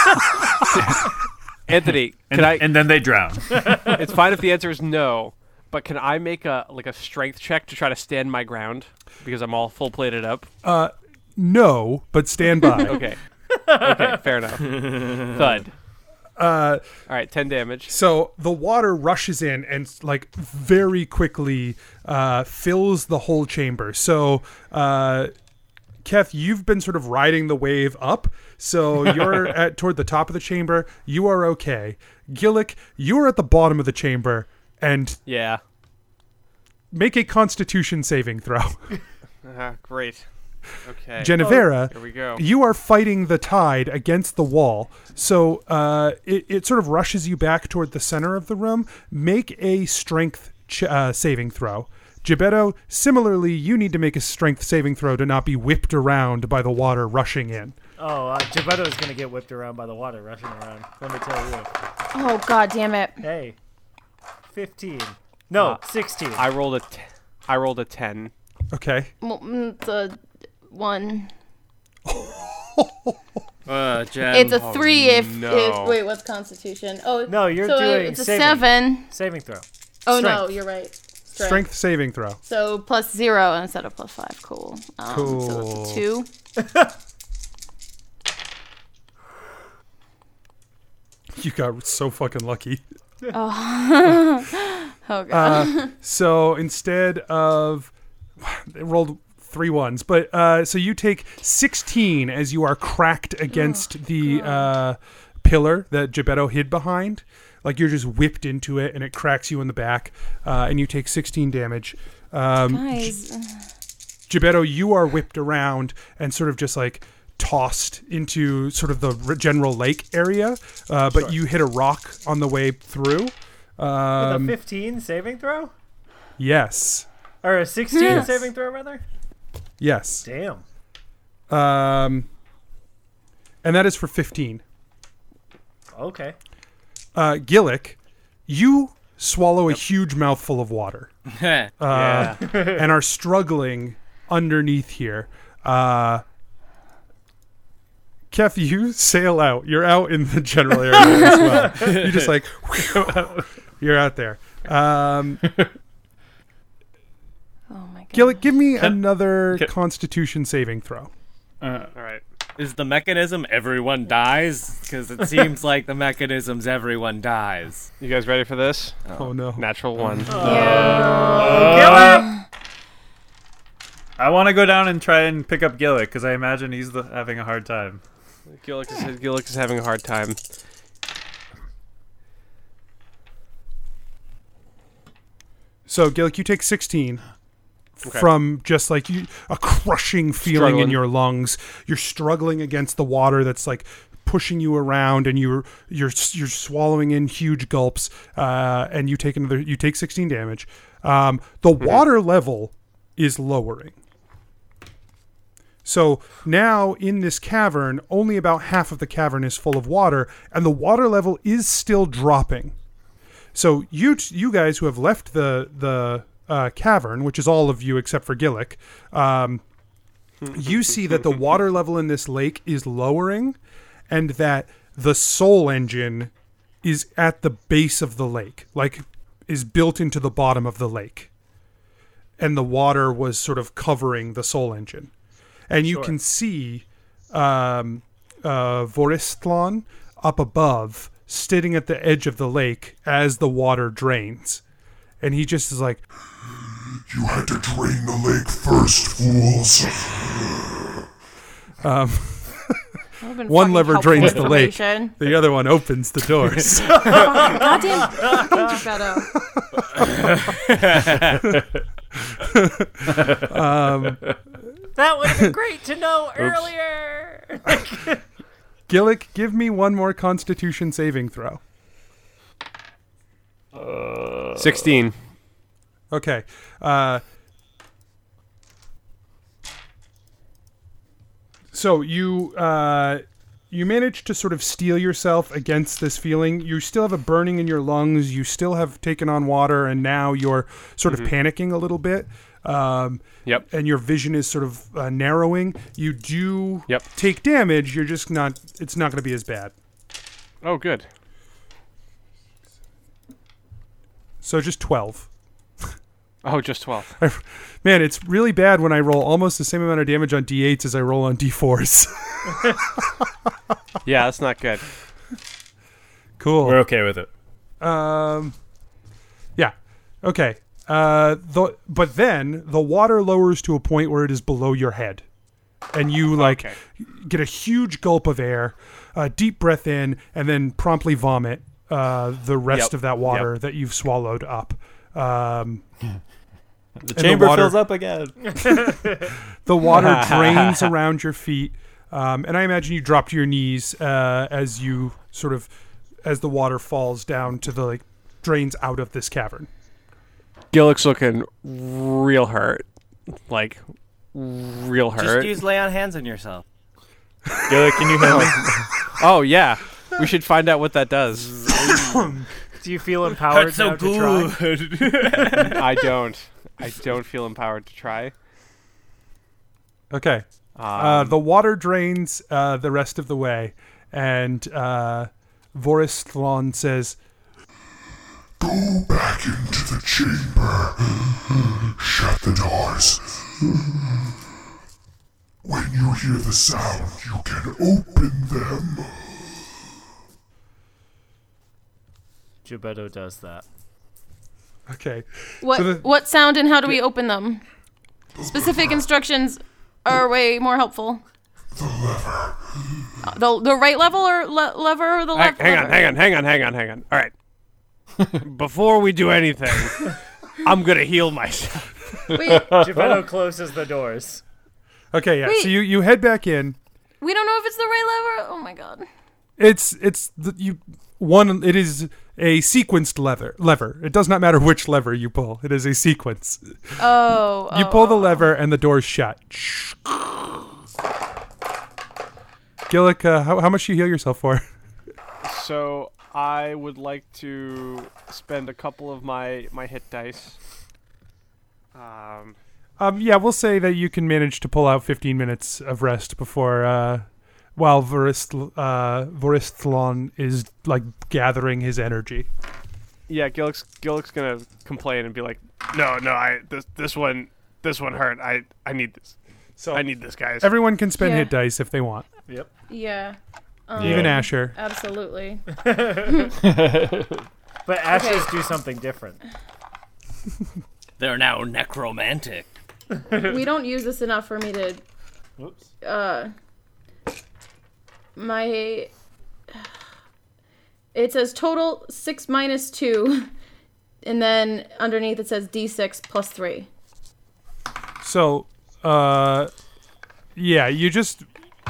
[SPEAKER 11] Anthony, can
[SPEAKER 8] And-
[SPEAKER 11] I?
[SPEAKER 8] and then they drown.
[SPEAKER 11] it's fine if the answer is no, but can I make a like a strength check to try to stand my ground because I'm all full plated up?
[SPEAKER 1] uh, no, but stand by.
[SPEAKER 11] okay. Okay, fair enough. Thud.
[SPEAKER 1] Uh,
[SPEAKER 11] All right, ten damage.
[SPEAKER 1] So the water rushes in and like very quickly uh, fills the whole chamber. So, uh, Keth, you've been sort of riding the wave up, so you're at toward the top of the chamber. You are okay. Gillick, you are at the bottom of the chamber, and
[SPEAKER 11] Yeah.
[SPEAKER 1] make a Constitution saving throw.
[SPEAKER 11] Ah, great. Okay.
[SPEAKER 1] Genevera,
[SPEAKER 11] Here we go.
[SPEAKER 1] you are fighting the tide against the wall. So uh, it, it sort of rushes you back toward the center of the room. Make a strength ch- uh, saving throw. Gibetto, similarly, you need to make a strength saving throw to not be whipped around by the water rushing in.
[SPEAKER 9] Oh, uh, Geppetto is going to get whipped around by the water rushing around. Let me tell you.
[SPEAKER 5] Oh, god damn it.
[SPEAKER 9] Hey. 15. No,
[SPEAKER 11] Uh,
[SPEAKER 9] 16.
[SPEAKER 11] I rolled a t- I rolled a ten.
[SPEAKER 1] Okay.
[SPEAKER 5] Mm, mm, The one.
[SPEAKER 12] Uh, Jen.
[SPEAKER 5] it's
[SPEAKER 11] Oh,
[SPEAKER 5] a three if,
[SPEAKER 12] no.
[SPEAKER 5] if. Wait, what's Constitution? Oh,
[SPEAKER 9] Oh, No, you're
[SPEAKER 5] so
[SPEAKER 9] doing
[SPEAKER 5] It's a
[SPEAKER 9] saving-
[SPEAKER 5] seven.
[SPEAKER 9] Saving throw.
[SPEAKER 5] Oh, no,
[SPEAKER 9] Strength.
[SPEAKER 5] you're right. Strength.
[SPEAKER 1] Strength saving throw.
[SPEAKER 5] So plus zero instead of plus five. Cool. Um, So
[SPEAKER 1] Cool.
[SPEAKER 5] that's a two.
[SPEAKER 1] You got so fucking lucky.
[SPEAKER 5] oh. oh, God.
[SPEAKER 1] Uh, so instead of they rolled three ones, but uh, so you take sixteen as you are cracked
[SPEAKER 5] Oh,
[SPEAKER 1] against the uh, pillar that Gebetto hid behind. Like you're just whipped into it, and it cracks you in the back, uh, and you take sixteen damage. Um,
[SPEAKER 5] Guys.
[SPEAKER 1] Gebetto, you are whipped around and sort of just like tossed into sort of the r- general lake area, uh, but you hit a rock on the way through. Um,
[SPEAKER 9] With a 15 saving throw?
[SPEAKER 1] yes,
[SPEAKER 9] Or a 16
[SPEAKER 1] Yes.
[SPEAKER 9] saving throw, rather?
[SPEAKER 1] yes.
[SPEAKER 9] Damn.
[SPEAKER 1] Um, and that is for 15.
[SPEAKER 9] Okay.
[SPEAKER 1] Uh, Gillick, you swallow a huge mouthful of water uh,
[SPEAKER 13] Yeah.
[SPEAKER 1] and are struggling underneath here. Uh, Kef, you sail out. You're out in the general area as well. You just like, you're out there. Um,
[SPEAKER 5] oh my Oh
[SPEAKER 1] Gillick, give me another Constitution saving throw.
[SPEAKER 8] Uh,
[SPEAKER 11] All right.
[SPEAKER 12] Is the mechanism everyone dies? Because it seems like the mechanism's everyone dies.
[SPEAKER 11] You guys ready for this? Oh,
[SPEAKER 1] no.
[SPEAKER 11] Natural one.
[SPEAKER 8] Uh, I want to go down and try and pick up Gillick because I imagine he's the, having a hard time.
[SPEAKER 11] Gillick is, Gillick is having a hard time.
[SPEAKER 1] So, Gillick, you take 16
[SPEAKER 11] Okay.
[SPEAKER 1] from just like you, a crushing feeling in
[SPEAKER 11] Struggling.
[SPEAKER 1] your lungs. You're struggling against the water that's like pushing you around, and you're you're you're swallowing in huge gulps. Uh, and you take another. You take 16 damage. Um, the
[SPEAKER 11] Mm-hmm.
[SPEAKER 1] water level is lowering. So now in this cavern, only about half of the cavern is full of water, and the water level is still dropping. So you t- you guys who have left the the uh, cavern, which is all of you except for Gillick, um, you see that the water level in this lake is lowering, and that the soul engine is at the base of the lake, like is built into the bottom of the lake, and the water was sort of covering the soul engine, and you
[SPEAKER 15] Sure.
[SPEAKER 1] can see um, uh, Voristhlon up above, sitting at the edge of the lake as the water drains, and he just is like,
[SPEAKER 7] You had to drain the lake first, fools.
[SPEAKER 1] Um,
[SPEAKER 5] Would've been
[SPEAKER 1] one
[SPEAKER 5] fucking
[SPEAKER 1] lever
[SPEAKER 5] helpful
[SPEAKER 1] drains the lake,
[SPEAKER 5] information.
[SPEAKER 1] the other one opens the doors.
[SPEAKER 5] Goddamn Geppetto.
[SPEAKER 1] um,
[SPEAKER 9] That would have been great to know
[SPEAKER 1] Oops.
[SPEAKER 9] earlier.
[SPEAKER 1] Gillick, give me one more Constitution saving throw.
[SPEAKER 11] Uh, 16.
[SPEAKER 1] Okay. Uh, so you uh, you manage to sort of steel yourself against this feeling. You still have a burning in your lungs. You still have taken on water, and now you're sort of
[SPEAKER 11] Mhm.
[SPEAKER 1] panicking a little bit. Um,
[SPEAKER 11] Yep.
[SPEAKER 1] And your vision is sort of uh, narrowing. You do take damage. You're just not. It's not going to be as bad.
[SPEAKER 11] Oh, good.
[SPEAKER 1] So just twelve.
[SPEAKER 11] Oh, just 12.
[SPEAKER 1] I- man, it's really bad when I roll almost the same amount of damage on d8s as I roll on d4s.
[SPEAKER 11] yeah, that's not good.
[SPEAKER 1] cool.
[SPEAKER 8] We're okay with it.
[SPEAKER 1] Um, yeah. Okay. Uh, the, but then the water lowers to a point where it is below your head, and you like get a huge gulp of air, a deep breath in, and then promptly vomit uh, the rest
[SPEAKER 8] Yep.
[SPEAKER 1] of that water that you've swallowed up. Um, and
[SPEAKER 8] The chamber fills up again.
[SPEAKER 1] the water drains around your feet, um, and I imagine you drop to your knees uh, as you sort of as the water falls down to the like drains out of this cavern.
[SPEAKER 11] Gillick's looking real hurt. Like, real hurt.
[SPEAKER 13] Just use lay on hands on yourself.
[SPEAKER 11] Gillick, can you hear me? oh, yeah. We should find out what that does.
[SPEAKER 9] Do you feel empowered
[SPEAKER 13] Hurts so
[SPEAKER 9] now to
[SPEAKER 13] good.
[SPEAKER 9] try?
[SPEAKER 11] I don't. I don't feel empowered to try.
[SPEAKER 1] Okay. uh, the water drains uh, the rest of the way, and uh, Voristhlon says,
[SPEAKER 7] Go back into the chamber. Shut the doors. When you hear the sound, you can open them.
[SPEAKER 9] Gebetto does that.
[SPEAKER 1] "Okay."
[SPEAKER 5] What
[SPEAKER 1] So the-
[SPEAKER 5] what sound and how do we open them? Specific instructions are way more helpful. Uh, The lever. The, the right level or le- lever or the
[SPEAKER 2] Hang,
[SPEAKER 5] left?
[SPEAKER 2] hang on,
[SPEAKER 5] lever?
[SPEAKER 2] hang on, hang on, hang on, hang on. All right. Before we do anything, I'm gonna heal myself.
[SPEAKER 9] Gebetto closes the doors.
[SPEAKER 1] Okay, yeah.
[SPEAKER 5] Wait.
[SPEAKER 1] So you you head back in.
[SPEAKER 5] We don't know if it's the right lever. Oh my god.
[SPEAKER 1] It's it's the, you one. It is a sequenced lever. Lever. It does not matter which lever you pull. It is a sequence.
[SPEAKER 5] Oh.
[SPEAKER 1] you
[SPEAKER 5] oh,
[SPEAKER 1] pull the
[SPEAKER 5] oh.
[SPEAKER 1] lever and the door's shut. Gillick, uh, how, how much you heal yourself for?
[SPEAKER 11] So I would like to spend a couple of my my hit dice. Um,
[SPEAKER 1] Um, yeah, we'll say that you can manage to pull out 15 minutes of rest before, uh, while Vorist, uh, Voristhlon is like gathering his energy.
[SPEAKER 11] yeah, Gillick's Gillick's gonna complain and be like,
[SPEAKER 2] No, no, I this this one this one hurt. I I need this.
[SPEAKER 16] So I need this, guys.
[SPEAKER 1] Everyone can spend
[SPEAKER 5] Yeah.
[SPEAKER 1] hit dice if they want.
[SPEAKER 16] Yep.
[SPEAKER 5] Yeah.
[SPEAKER 1] Even Asher.
[SPEAKER 5] Absolutely.
[SPEAKER 9] but ashes
[SPEAKER 5] Okay.
[SPEAKER 9] do something different.
[SPEAKER 17] They're now necromantic.
[SPEAKER 5] we don't use this enough for me to.
[SPEAKER 9] Whoops.
[SPEAKER 5] Uh, my. It says total six minus two, and then underneath it says d6 plus three.
[SPEAKER 1] So, uh, yeah, you just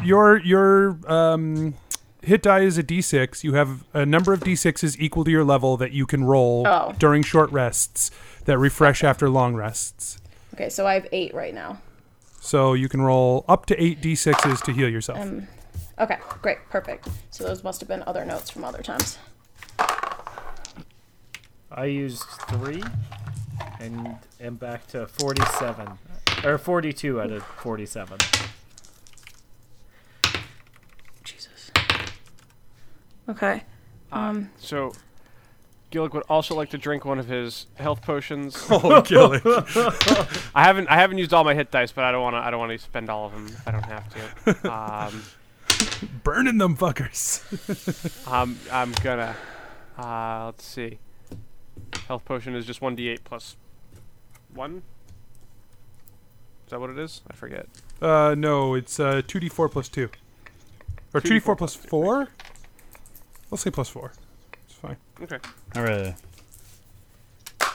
[SPEAKER 1] your your um, hit die is a d6. You have a number of d6s equal to your level that you can roll
[SPEAKER 5] Oh.
[SPEAKER 1] during short rests that refresh after long rests.
[SPEAKER 5] Okay, so I have eight right now.
[SPEAKER 1] So you can roll up to eight d6s to heal yourself.
[SPEAKER 5] Um, okay, great, perfect. So those must have been other notes from other times.
[SPEAKER 9] I used three, and am back to forty-seven, or forty-two out of forty-seven.
[SPEAKER 5] Okay. Um,
[SPEAKER 11] So, Gillick would also like to drink one of his health potions.
[SPEAKER 1] Oh, Gillick.
[SPEAKER 11] I haven't I haven't used all my hit dice, but I don't want to I don't want to spend all of them if I don't have to. Um,
[SPEAKER 1] Burning them fuckers.
[SPEAKER 11] I'm I'm gonna. Uh, let's see. Health potion is just one d8 plus one. Is that what it is? I forget.
[SPEAKER 1] uh, no, it's uh, 2d4 plus two, or 2d4,
[SPEAKER 11] 2d4
[SPEAKER 1] plus four. Let's say plus four. It's fine.
[SPEAKER 11] Okay.
[SPEAKER 8] All right.
[SPEAKER 11] That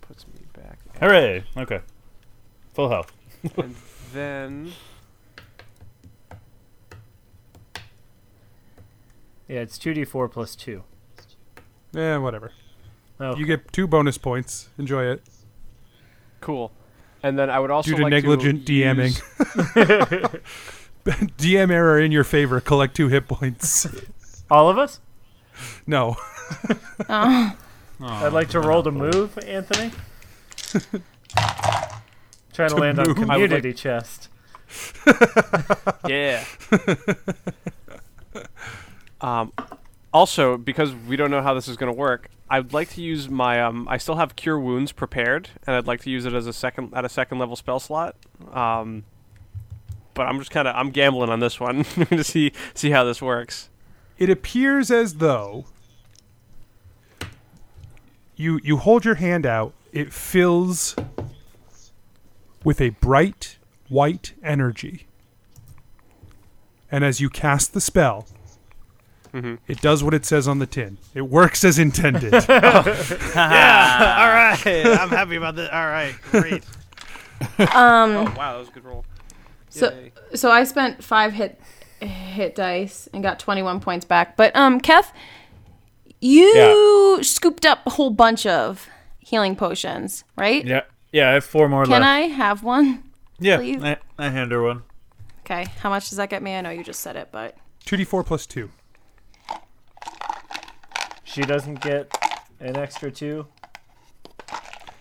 [SPEAKER 11] puts me back. at-
[SPEAKER 8] Hooray! Okay. Full health.
[SPEAKER 11] and then
[SPEAKER 9] Yeah, it's two d four plus two.
[SPEAKER 1] Yeah, whatever.
[SPEAKER 9] Oh.
[SPEAKER 1] You get two bonus points. Enjoy it.
[SPEAKER 11] cool. And then I would also
[SPEAKER 1] Due to
[SPEAKER 11] like
[SPEAKER 1] negligent
[SPEAKER 11] to use-
[SPEAKER 1] DMing. DM error in your favor. Collect two hit points.
[SPEAKER 9] All of us?
[SPEAKER 1] No.
[SPEAKER 5] Oh.
[SPEAKER 9] I'd like to roll to move, Anthony. Trying to,
[SPEAKER 1] To
[SPEAKER 9] land on
[SPEAKER 1] move? I would
[SPEAKER 9] community chest.
[SPEAKER 11] yeah. um, also, because we don't know how this is going to work, I'd like to use my. Um, I still have Cure Wounds prepared, and I'd like to use it as a second at a second level spell slot. Um, but I'm just kind of I'm gambling on this one to see see how this works.
[SPEAKER 1] it appears as though you you hold your hand out it fills with a bright white energy and as you cast the spell
[SPEAKER 9] Mm-hmm.
[SPEAKER 1] it does what it says on the tin it works as intended
[SPEAKER 11] Yeah,
[SPEAKER 2] all right. I'm happy about this. All right, great.
[SPEAKER 5] Um,
[SPEAKER 11] oh wow, that was a good roll.
[SPEAKER 5] So, so I spent five hit hit dice and got 21 points back. But um, Keth, you scooped up a whole bunch of healing potions, right?
[SPEAKER 8] Yeah. Yeah, I have four more
[SPEAKER 5] Can
[SPEAKER 8] left.
[SPEAKER 5] I have one?
[SPEAKER 8] Yeah,
[SPEAKER 5] please?
[SPEAKER 8] I, I hand her one.
[SPEAKER 5] Okay. How much does that get me? I know you just said it, but
[SPEAKER 1] 2d4 plus 2
[SPEAKER 9] She doesn't get an extra two.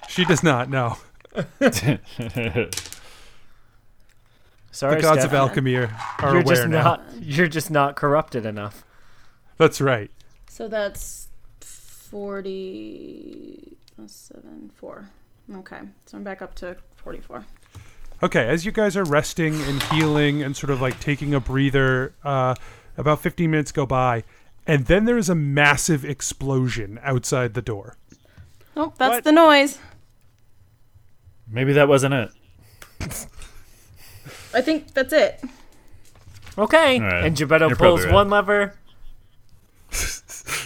[SPEAKER 1] she does not know
[SPEAKER 9] Sorry,
[SPEAKER 1] the gods of
[SPEAKER 9] Stefan.
[SPEAKER 1] alchemy are, are
[SPEAKER 9] you're
[SPEAKER 1] aware
[SPEAKER 9] just
[SPEAKER 1] now
[SPEAKER 9] not you're just not corrupted enough.
[SPEAKER 1] that's right
[SPEAKER 5] so that's 40 plus 7 4. Okay. So I'm back up to 44.
[SPEAKER 1] Okay, as you guys are resting and healing and sort of like taking a breather, uh, about 15 minutes go by, and then there is a massive explosion outside the door.
[SPEAKER 5] Nope, Oh, that's the noise.
[SPEAKER 8] Maybe that wasn't it.
[SPEAKER 5] I think that's it.
[SPEAKER 9] Okay.
[SPEAKER 8] All right.
[SPEAKER 9] And Gebetto
[SPEAKER 8] You're
[SPEAKER 9] pulls
[SPEAKER 8] probably right.
[SPEAKER 9] one lever.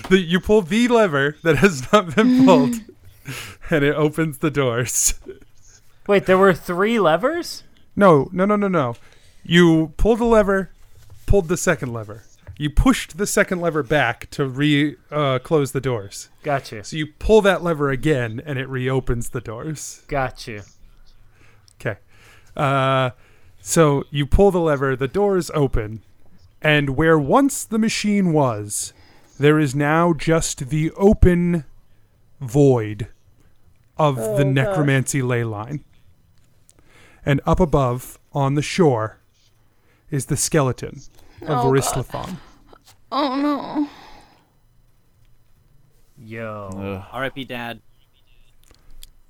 [SPEAKER 1] The, you pull the lever that has not been pulled, and it opens the doors.
[SPEAKER 9] Wait, there were three levers?
[SPEAKER 1] No, no, no, no, no. You pulled the lever, pulled the second lever. You pushed the second lever back to re uh, close the doors.
[SPEAKER 9] Gotcha.
[SPEAKER 1] So you pull that lever again, and it reopens the doors.
[SPEAKER 9] Gotcha.
[SPEAKER 1] Okay. Uh, so you pull the lever, the doors open, and where once the machine was, there is now just the open void of
[SPEAKER 4] Oh,
[SPEAKER 1] the
[SPEAKER 4] gosh.
[SPEAKER 1] necromancy ley line. And up above, on the shore, is the skeleton of
[SPEAKER 5] Oh,
[SPEAKER 1] Arislathon.
[SPEAKER 5] Oh no.
[SPEAKER 9] Yo.
[SPEAKER 8] Ugh.
[SPEAKER 6] R.I.P. Dad.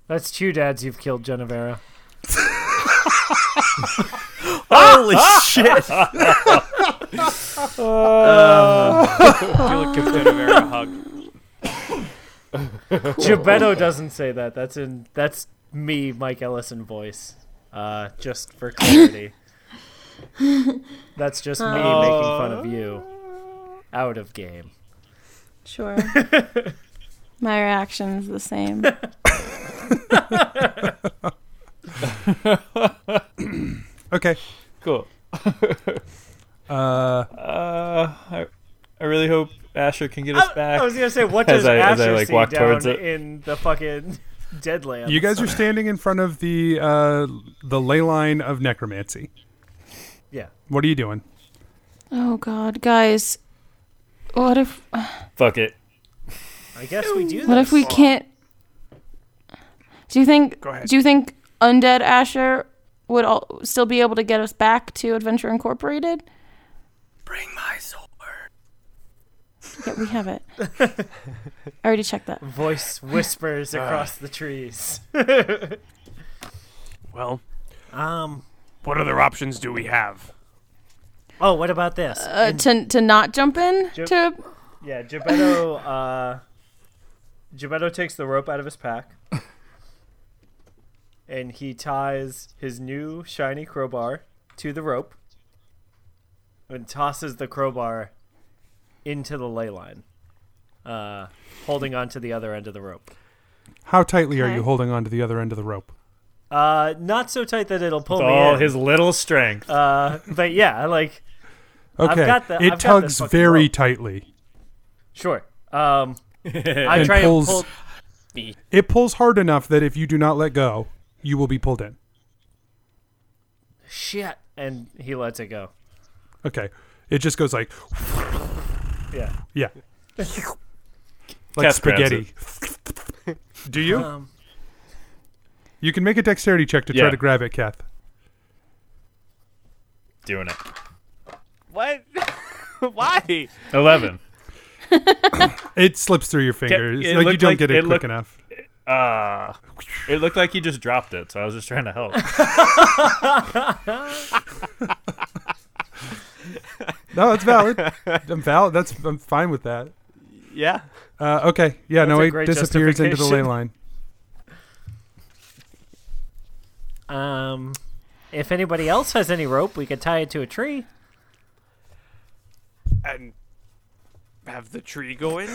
[SPEAKER 9] That's two dads you've killed, Genevera.
[SPEAKER 18] Holy shit!
[SPEAKER 9] Uh,
[SPEAKER 18] Give Genevera a hug.
[SPEAKER 9] Gebetto doesn't say that. That's in that's me, Mike Ellison voice. Uh, just for clarity. that's just me
[SPEAKER 5] Oh.
[SPEAKER 9] making fun of you. Out of game.
[SPEAKER 5] Sure. My reaction is the same.
[SPEAKER 1] okay.
[SPEAKER 19] Cool.
[SPEAKER 1] uh,
[SPEAKER 19] uh, I, I really hope Asher can get us back.
[SPEAKER 9] I was gonna say, what
[SPEAKER 19] as
[SPEAKER 9] does
[SPEAKER 19] I, as
[SPEAKER 9] Asher
[SPEAKER 19] I, like,
[SPEAKER 9] see
[SPEAKER 19] walk
[SPEAKER 9] down
[SPEAKER 19] towards it.
[SPEAKER 9] in the fucking Deadlands?
[SPEAKER 1] You guys are standing in front of the uh, the ley line of necromancy.
[SPEAKER 9] Yeah.
[SPEAKER 1] What are you doing?
[SPEAKER 5] Oh God, guys, what if
[SPEAKER 19] Fuck it.
[SPEAKER 9] I guess we do.
[SPEAKER 5] what if we
[SPEAKER 9] this.
[SPEAKER 5] can't? Do you think? Do you think undead Asher would all, still be able to get us back to Adventure Incorporated?
[SPEAKER 13] Bring my soul.
[SPEAKER 5] Yeah, we have it. I already checked that.
[SPEAKER 9] Voice whispers
[SPEAKER 13] Ah.
[SPEAKER 9] across the trees.
[SPEAKER 2] well,
[SPEAKER 9] um,
[SPEAKER 2] what other options do we have?
[SPEAKER 9] oh, what about this?
[SPEAKER 5] Uh,
[SPEAKER 9] In-
[SPEAKER 5] to to not jump in
[SPEAKER 9] Jump-
[SPEAKER 5] to
[SPEAKER 9] Yeah, Gebetto, uh Gebetto takes the rope out of his pack. And he ties his new shiny crowbar to the rope and tosses the crowbar into the ley line, uh, holding onto the other end of the rope.
[SPEAKER 1] How tightly are
[SPEAKER 9] Okay.
[SPEAKER 1] you holding on to the other end of the rope?
[SPEAKER 9] Uh, not so tight that it'll
[SPEAKER 2] Oh,
[SPEAKER 9] pull
[SPEAKER 19] With
[SPEAKER 9] me
[SPEAKER 19] all
[SPEAKER 9] in.
[SPEAKER 19] his little strength.
[SPEAKER 9] Uh, but yeah, I like. I've
[SPEAKER 1] Okay,
[SPEAKER 9] got the-
[SPEAKER 1] it
[SPEAKER 9] I've got the
[SPEAKER 1] tugs
[SPEAKER 9] fucking
[SPEAKER 1] very
[SPEAKER 9] rope.
[SPEAKER 1] tightly.
[SPEAKER 9] Sure. Um, I
[SPEAKER 1] And
[SPEAKER 9] try
[SPEAKER 1] pulls-
[SPEAKER 9] and pull.
[SPEAKER 1] It pulls hard enough that if you do not let go, you will be pulled in.
[SPEAKER 9] Shit, and he lets it go.
[SPEAKER 1] Okay, it just goes like
[SPEAKER 9] Yeah.
[SPEAKER 1] yeah, like
[SPEAKER 19] Kath grabs
[SPEAKER 1] spaghetti. Do you?
[SPEAKER 9] Um,
[SPEAKER 1] You can make a dexterity check to
[SPEAKER 19] Yeah.
[SPEAKER 1] try to grab it, Kath.
[SPEAKER 19] Doing it.
[SPEAKER 11] What? Why?
[SPEAKER 19] Eleven.
[SPEAKER 1] It slips through your fingers.
[SPEAKER 19] It
[SPEAKER 1] like you
[SPEAKER 19] looked
[SPEAKER 1] don't get it, quick
[SPEAKER 19] looked-
[SPEAKER 1] enough.
[SPEAKER 19] Uh, it looked like he just dropped it, so I was just trying to help.
[SPEAKER 1] No, that's valid. I'm valid. That's I'm fine with that.
[SPEAKER 11] Yeah.
[SPEAKER 1] Uh, okay. Yeah.
[SPEAKER 11] That's
[SPEAKER 1] no,
[SPEAKER 11] a
[SPEAKER 1] it
[SPEAKER 11] great
[SPEAKER 1] disappears into the ley
[SPEAKER 11] justification.
[SPEAKER 1] line.
[SPEAKER 9] Um, if anybody else has any rope, we could tie it to a tree.
[SPEAKER 2] And have the tree go in?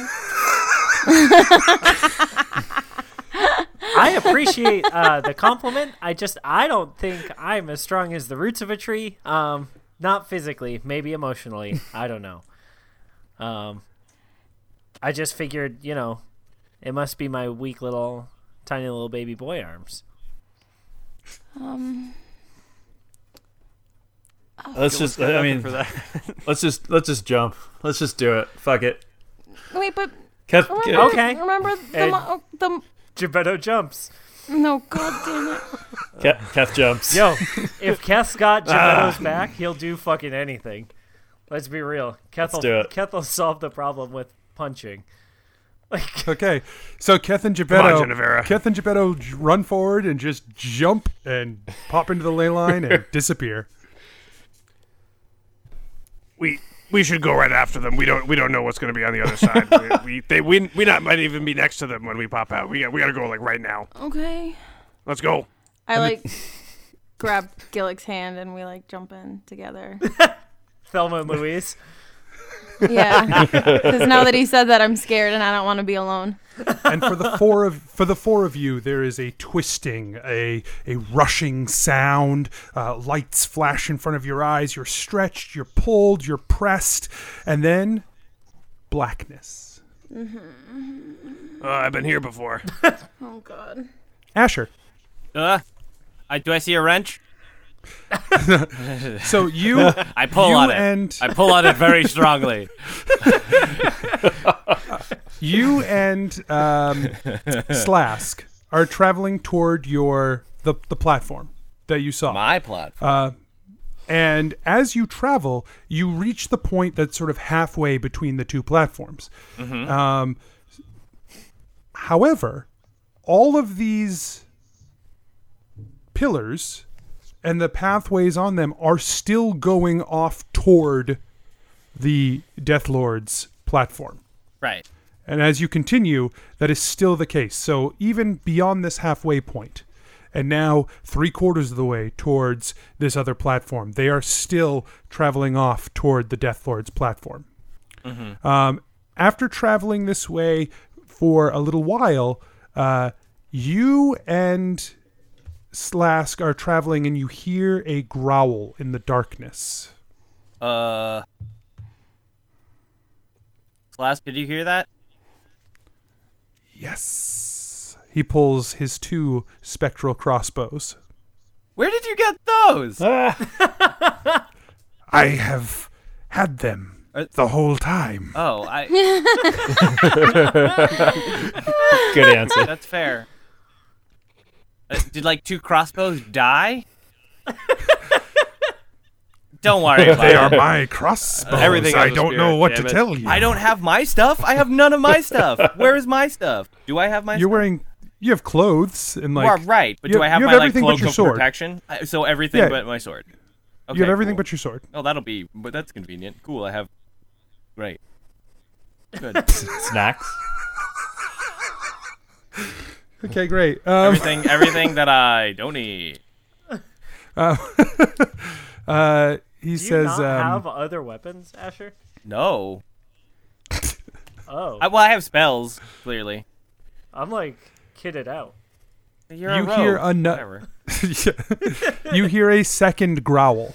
[SPEAKER 9] I appreciate uh, the compliment. I just I don't think I'm as strong as the roots of a tree. Um, not physically, maybe emotionally. I don't know. Um, I just figured, you know, it must be my weak little, tiny little baby boy arms.
[SPEAKER 5] um.
[SPEAKER 19] let's just. I mean, let's just let's just jump. Let's just do it. Fuck it.
[SPEAKER 5] Wait, but
[SPEAKER 19] Kev-
[SPEAKER 5] remember,
[SPEAKER 19] Okay.
[SPEAKER 5] Remember the,
[SPEAKER 19] Hey.
[SPEAKER 5] mo- oh, the
[SPEAKER 9] Gebetto jumps.
[SPEAKER 5] no, god damn it.
[SPEAKER 19] Keth, Keth jumps.
[SPEAKER 9] Yo, if Keth's got Gebetto's
[SPEAKER 19] Ah.
[SPEAKER 9] back, he'll do fucking anything. Let's be real.
[SPEAKER 19] Let's
[SPEAKER 9] Keth will,
[SPEAKER 19] do it.
[SPEAKER 9] Keth will solve the problem with punching.
[SPEAKER 1] Okay. So Keth and
[SPEAKER 9] Come on,
[SPEAKER 1] Geppetto,
[SPEAKER 9] Genevera.
[SPEAKER 1] Keth and Geppetto j- run forward and just jump and pop into the ley line and disappear.
[SPEAKER 2] We we should go right after them. We don't we don't know what's going to be on the other side. we, we they we, we not might even be next to them when we pop out. We got we got to go like right now.
[SPEAKER 5] Okay.
[SPEAKER 2] Let's go.
[SPEAKER 5] I like grab Gillick's hand and we like jump in together.
[SPEAKER 9] Thelma and Louise.
[SPEAKER 5] yeah. Because now that he said that, I'm scared and I don't want to be alone.
[SPEAKER 1] and for the four of for the four of you, there is a twisting, a a rushing sound. Uh, lights flash in front of your eyes. You're stretched. You're pulled. You're pressed, and then blackness.
[SPEAKER 2] Uh, I've been here before.
[SPEAKER 5] Oh god.
[SPEAKER 1] Asher.
[SPEAKER 13] Uh, I, do I see a wrench?
[SPEAKER 1] So you,
[SPEAKER 13] I pull
[SPEAKER 1] you
[SPEAKER 13] on it.
[SPEAKER 1] and-
[SPEAKER 13] I pull on it very strongly.
[SPEAKER 1] you and um, Slask are traveling toward your the, the platform that you saw.
[SPEAKER 13] My platform.
[SPEAKER 1] Uh, and as you travel, you reach the point that's sort of halfway between the two platforms.
[SPEAKER 13] Mhm.
[SPEAKER 1] Um, however, all of these pillars and the pathways on them are still going off toward the Death Lord's platform.
[SPEAKER 6] Right.
[SPEAKER 1] And as you continue, that is still the case. So even beyond this halfway point, and now three quarters of the way towards this other platform, they are still traveling off toward the Death Lord's platform.
[SPEAKER 4] Mhm.
[SPEAKER 1] Um, after traveling this way for a little while, uh, you and Slask are traveling, and you hear a growl in the darkness.
[SPEAKER 6] Uh. Slask, did you hear that?
[SPEAKER 1] Yes. He pulls his two spectral crossbows.
[SPEAKER 6] Where did you get those?
[SPEAKER 1] I have had them
[SPEAKER 6] Uh,
[SPEAKER 1] the whole time.
[SPEAKER 6] Oh, I.
[SPEAKER 1] Good answer.
[SPEAKER 6] That's fair. Uh, did like two crossbows die? don't worry about
[SPEAKER 1] They
[SPEAKER 6] it.
[SPEAKER 1] are my crossbows.
[SPEAKER 6] Everything
[SPEAKER 1] I
[SPEAKER 6] is a
[SPEAKER 1] don't
[SPEAKER 6] spear,
[SPEAKER 1] know what
[SPEAKER 6] damn
[SPEAKER 1] to
[SPEAKER 6] it.
[SPEAKER 1] tell you.
[SPEAKER 6] I don't have my stuff. I have none of my stuff. Where is my stuff? Do I have my?
[SPEAKER 1] You're wearing. You have clothes and like.
[SPEAKER 6] Well, right, but
[SPEAKER 1] you-
[SPEAKER 6] do I have,
[SPEAKER 1] you
[SPEAKER 6] my like
[SPEAKER 1] everything but
[SPEAKER 6] cloak
[SPEAKER 1] your
[SPEAKER 6] of
[SPEAKER 1] sword.
[SPEAKER 6] protection? I- so everything
[SPEAKER 1] Yeah.
[SPEAKER 6] but my sword. Okay,
[SPEAKER 1] you have everything
[SPEAKER 6] cool.
[SPEAKER 1] but your sword.
[SPEAKER 6] Oh, that'll be. But that's convenient. Cool. I have. Great. Good.
[SPEAKER 20] Snacks.
[SPEAKER 1] Okay, great. Um,
[SPEAKER 6] everything. Everything that I don't need.
[SPEAKER 1] Uh, uh, he
[SPEAKER 9] Do you
[SPEAKER 1] says.
[SPEAKER 9] not
[SPEAKER 1] um,
[SPEAKER 9] have other weapons, Asher?
[SPEAKER 6] No.
[SPEAKER 9] Oh,
[SPEAKER 6] I, well, I have spells clearly.
[SPEAKER 9] I'm like kitted out.
[SPEAKER 6] You're
[SPEAKER 1] you hear a nu- Yeah. you hear a second growl.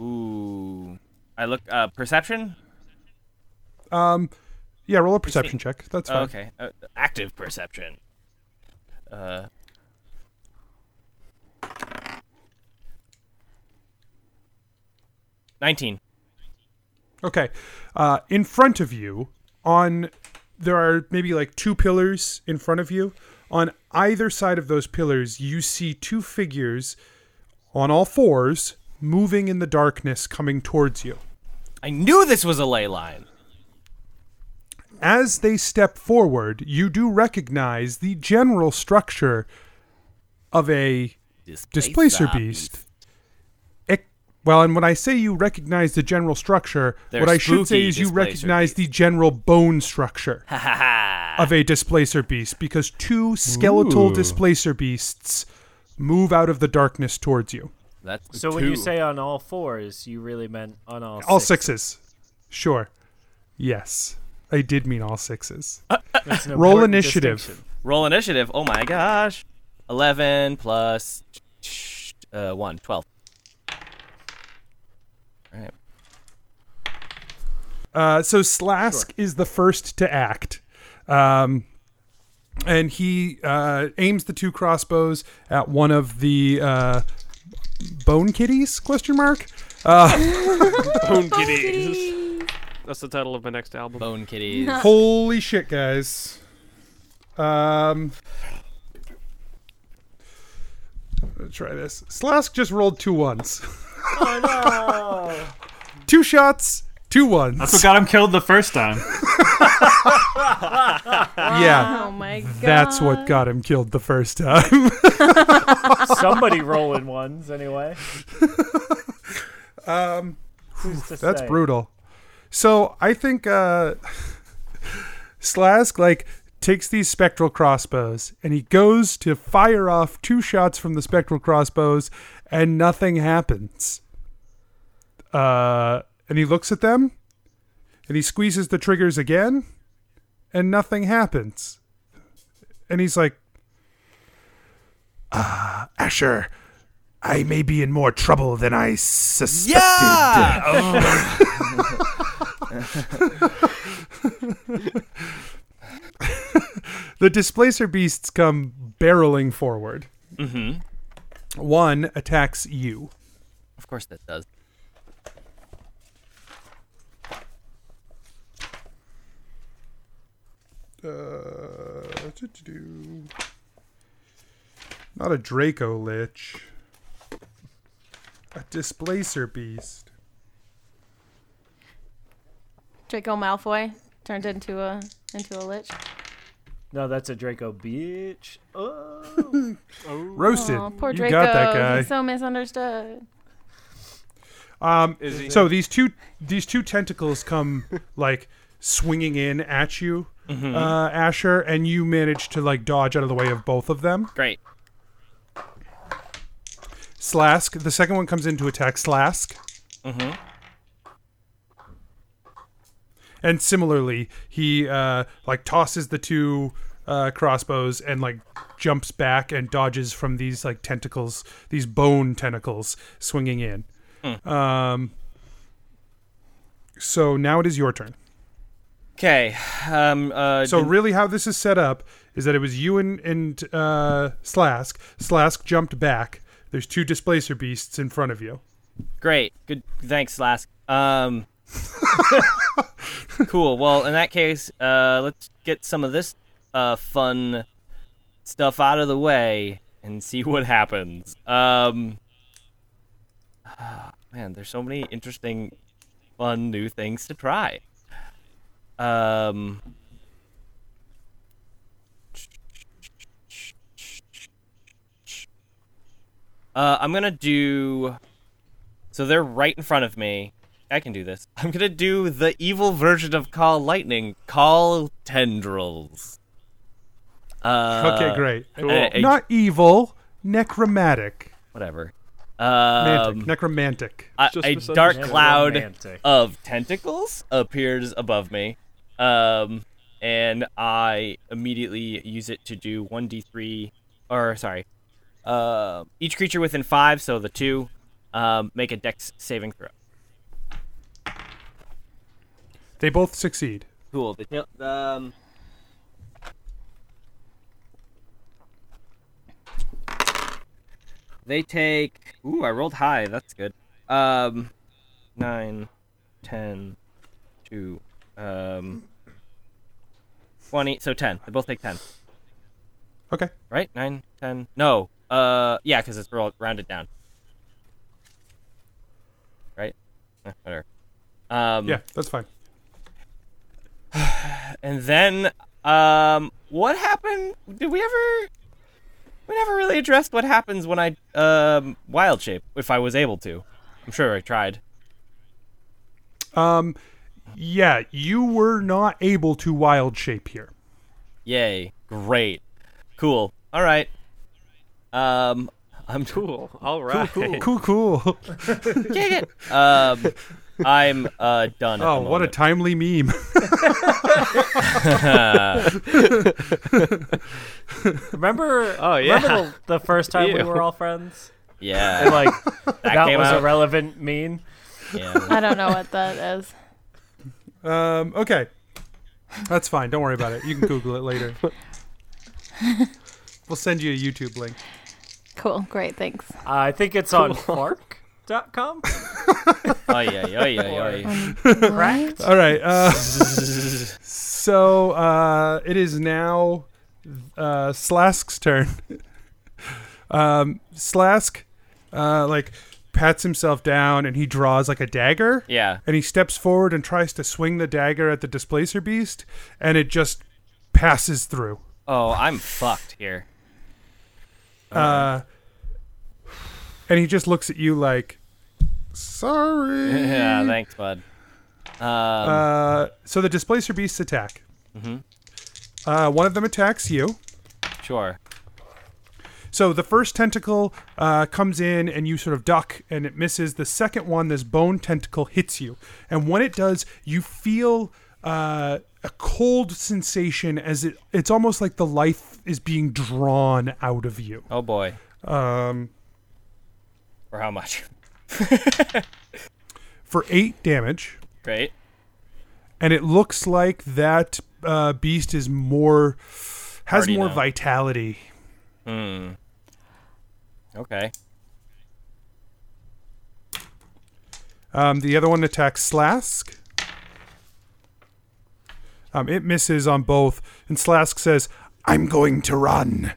[SPEAKER 6] Ooh. I look. Uh, perception.
[SPEAKER 1] Um, yeah, roll a perception check. That's
[SPEAKER 6] Oh,
[SPEAKER 1] fine.
[SPEAKER 6] okay. Uh, active perception. Uh. Nineteen.
[SPEAKER 1] Okay. Uh, in front of you, on there are maybe like two pillars in front of you. On either side of those pillars, you see two figures on all fours moving in the darkness coming towards you.
[SPEAKER 6] I knew this was a ley line.
[SPEAKER 1] As they step forward, you do recognize the general structure of a displacer,
[SPEAKER 4] Displacer
[SPEAKER 1] beast. Ec- well, and when I say you recognize the general structure,
[SPEAKER 4] They're
[SPEAKER 1] what I should say
[SPEAKER 4] spooky
[SPEAKER 1] is you
[SPEAKER 4] displacer
[SPEAKER 1] recognize the general bone structure
[SPEAKER 6] Ha ha ha.
[SPEAKER 1] of a displacer beast because two skeletal
[SPEAKER 6] Ooh.
[SPEAKER 1] displacer beasts move out of the darkness towards you.
[SPEAKER 6] That's
[SPEAKER 9] so. When you
[SPEAKER 1] two.
[SPEAKER 9] say on all fours, you really meant on all.
[SPEAKER 1] All
[SPEAKER 9] six.
[SPEAKER 1] sixes. Sure. Yes. I did mean all sixes.
[SPEAKER 6] That's an
[SPEAKER 1] Roll
[SPEAKER 6] important
[SPEAKER 1] initiative.
[SPEAKER 6] Roll initiative. Oh my gosh. 11 plus uh, 1, 12. All right.
[SPEAKER 1] Uh, so Slask is the first to act, um, and he uh, aims the two crossbows at one of the uh, bone kitties? Question mark. Uh,
[SPEAKER 21] Bone Kitties. That's the title of my next album.
[SPEAKER 6] Bone Kitties.
[SPEAKER 5] Uh.
[SPEAKER 1] holy shit, guys! Um, let's try this. Slask just rolled two ones,
[SPEAKER 9] Oh
[SPEAKER 1] two shots, two ones.
[SPEAKER 20] That's what got him killed the first time.
[SPEAKER 1] yeah.
[SPEAKER 5] Oh my god.
[SPEAKER 1] That's what got him killed the first time.
[SPEAKER 9] Somebody rolling ones anyway.
[SPEAKER 1] um,
[SPEAKER 9] Who's to
[SPEAKER 1] That's
[SPEAKER 9] say?
[SPEAKER 1] brutal. So I think uh, Slask like takes these spectral crossbows and he goes to fire off two shots from the spectral crossbows, and nothing happens. Uh, and he looks at them, and he squeezes the triggers again, and nothing happens. And he's like, "Ah,
[SPEAKER 4] Uh,
[SPEAKER 1] Asher, I may be in more trouble than I suspected.
[SPEAKER 4] Yeah!
[SPEAKER 1] the displacer beasts come barreling forward.
[SPEAKER 6] Mm-hmm.
[SPEAKER 1] One attacks you.
[SPEAKER 6] Of course that does.
[SPEAKER 1] Uh, do-do-do. Not a Draco Lich. A displacer beast.
[SPEAKER 5] Draco Malfoy turned into a into a lich.
[SPEAKER 9] No, that's a Draco bitch.
[SPEAKER 1] Oh. Roasted.
[SPEAKER 5] Aw, poor
[SPEAKER 1] you
[SPEAKER 5] Draco.
[SPEAKER 1] got that guy.
[SPEAKER 5] He's so misunderstood.
[SPEAKER 1] Um,
[SPEAKER 22] Is he-
[SPEAKER 1] so these two these two tentacles come like swinging in at you,
[SPEAKER 6] Mhm.
[SPEAKER 1] uh, Asher, and you manage to like dodge out of the way of both of them.
[SPEAKER 6] Great.
[SPEAKER 1] Slask. The second one comes in to attack Slask,
[SPEAKER 6] Mm-hmm.
[SPEAKER 1] and similarly, he uh, like tosses the two uh, crossbows and like jumps back and dodges from these like tentacles, these bone tentacles swinging in.
[SPEAKER 12] Mm.
[SPEAKER 1] Um. So now it is your turn.
[SPEAKER 12] Okay. Um. Uh,
[SPEAKER 1] so
[SPEAKER 12] did-
[SPEAKER 1] really how this is set up is that it was you and, and uh, slask slask jumped back there's two displacer beasts in front of you
[SPEAKER 6] Great. Good. Thanks, Lask. Um. cool. Well, in that case, uh, let's get some of this uh, fun stuff out of the way and see what happens. Um. Man, there's so many interesting, fun new things to try. Um. Uh, I'm gonna do. So they're right in front of me. I can do this. I'm gonna do the evil version of Call Lightning. Call tendrils. Uh,
[SPEAKER 1] okay great
[SPEAKER 6] I- I-
[SPEAKER 1] not evil necromantic
[SPEAKER 6] whatever. Um,
[SPEAKER 1] Mantic, necromantic
[SPEAKER 6] A, a dark cloud of tentacles appears above me, um, and I immediately use it to do one d three, or sorry, uh, each creature within five, so the two, um, make a Dex saving throw.
[SPEAKER 1] they both succeed
[SPEAKER 6] Cool. The tail, um, they take. Ooh, I rolled high. That's good. Um, nine, ten, two, um, twenty. So ten. They both take ten.
[SPEAKER 1] Okay.
[SPEAKER 6] Right. Nine, ten. No. Uh, yeah, because it's rolled rounded down. Right. Eh, Whatever. Um,
[SPEAKER 1] yeah that's fine
[SPEAKER 6] and then, um, what happened? Did we ever? We never really addressed what happens when I um wild shape. If I was able to, I'm sure I tried.
[SPEAKER 1] um yeah you were not able to wild shape here
[SPEAKER 6] Yay! Great, cool. All right. Um, I'm cool. All right.
[SPEAKER 1] cool cool, cool.
[SPEAKER 6] Kick it. Um, I'm uh done. at
[SPEAKER 1] oh
[SPEAKER 6] the
[SPEAKER 1] what a
[SPEAKER 6] moment.
[SPEAKER 1] timely meme
[SPEAKER 9] Remember?
[SPEAKER 18] Oh, yeah.
[SPEAKER 9] Remember the, the first time we
[SPEAKER 18] Ew.
[SPEAKER 9] were all friends?
[SPEAKER 6] Yeah.
[SPEAKER 9] And, like
[SPEAKER 6] That
[SPEAKER 9] that,
[SPEAKER 6] came
[SPEAKER 9] was
[SPEAKER 6] out.
[SPEAKER 9] a relevant meme.
[SPEAKER 5] I don't know what that is.
[SPEAKER 1] Um, okay. That's fine. Don't worry about it. You can Google it later. we'll send you a YouTube link.
[SPEAKER 5] Cool. Great. Thanks.
[SPEAKER 9] I think it's on fark.com.
[SPEAKER 6] Ay, ay, ay, ay, ay.
[SPEAKER 9] Correct.
[SPEAKER 1] All right. Uh, so uh, it is now uh, Slask's turn. Um, Slask, uh, like, pats himself down and he draws like a dagger.
[SPEAKER 6] Yeah.
[SPEAKER 1] And he steps forward and tries to swing the dagger at the displacer beast, and it just passes through.
[SPEAKER 6] Oh, I'm fucked here.
[SPEAKER 1] Uh, and he just looks at you like, sorry.
[SPEAKER 6] yeah. Thanks, bud. Um,
[SPEAKER 1] uh, so the displacer beasts attack.
[SPEAKER 6] mhm,
[SPEAKER 1] Uh, one of them attacks you.
[SPEAKER 6] Sure.
[SPEAKER 1] So the first tentacle uh, comes in and you sort of duck and it misses. The second one, this bone tentacle hits you. And when it does, you feel uh, a cold sensation as it, it's almost like the life is being drawn out of you.
[SPEAKER 6] Oh boy.
[SPEAKER 1] Um,
[SPEAKER 6] For how much?
[SPEAKER 1] for eight damage.
[SPEAKER 6] Great.
[SPEAKER 1] and it looks like that uh, beast is more has
[SPEAKER 6] Hardy
[SPEAKER 1] more
[SPEAKER 6] now.
[SPEAKER 1] vitality.
[SPEAKER 6] Hmm. Okay.
[SPEAKER 1] Um, the other one attacks Slask. Um, it misses on both, and Slask says, "I'm going to run."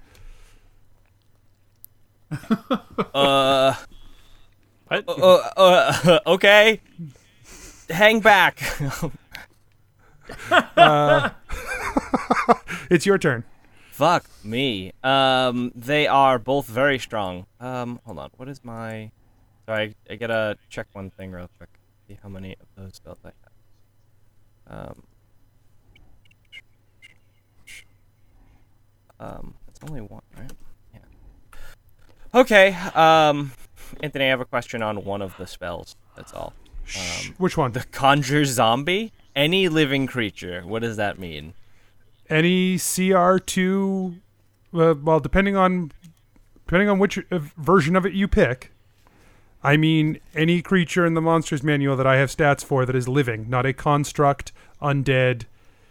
[SPEAKER 6] Uh. What? Uh, uh, okay. Hang back.
[SPEAKER 1] Uh, it's your turn.
[SPEAKER 6] Fuck me. Um, they are both very strong. Um, hold on. What is my? Sorry, I, I gotta check one thing real quick. See how many of those spells I have. Um. Um, it's only one, right? Yeah. Okay. Um, Anthony, I have a question on one of the spells. That's all. Um,
[SPEAKER 1] Which one?
[SPEAKER 6] The conjure zombie. Any living creature. What does that mean?
[SPEAKER 1] Any CR two, uh, well, depending on depending on which uh, version of it you pick. I mean, any creature in the monsters manual that I have stats for that is living, not a construct, undead,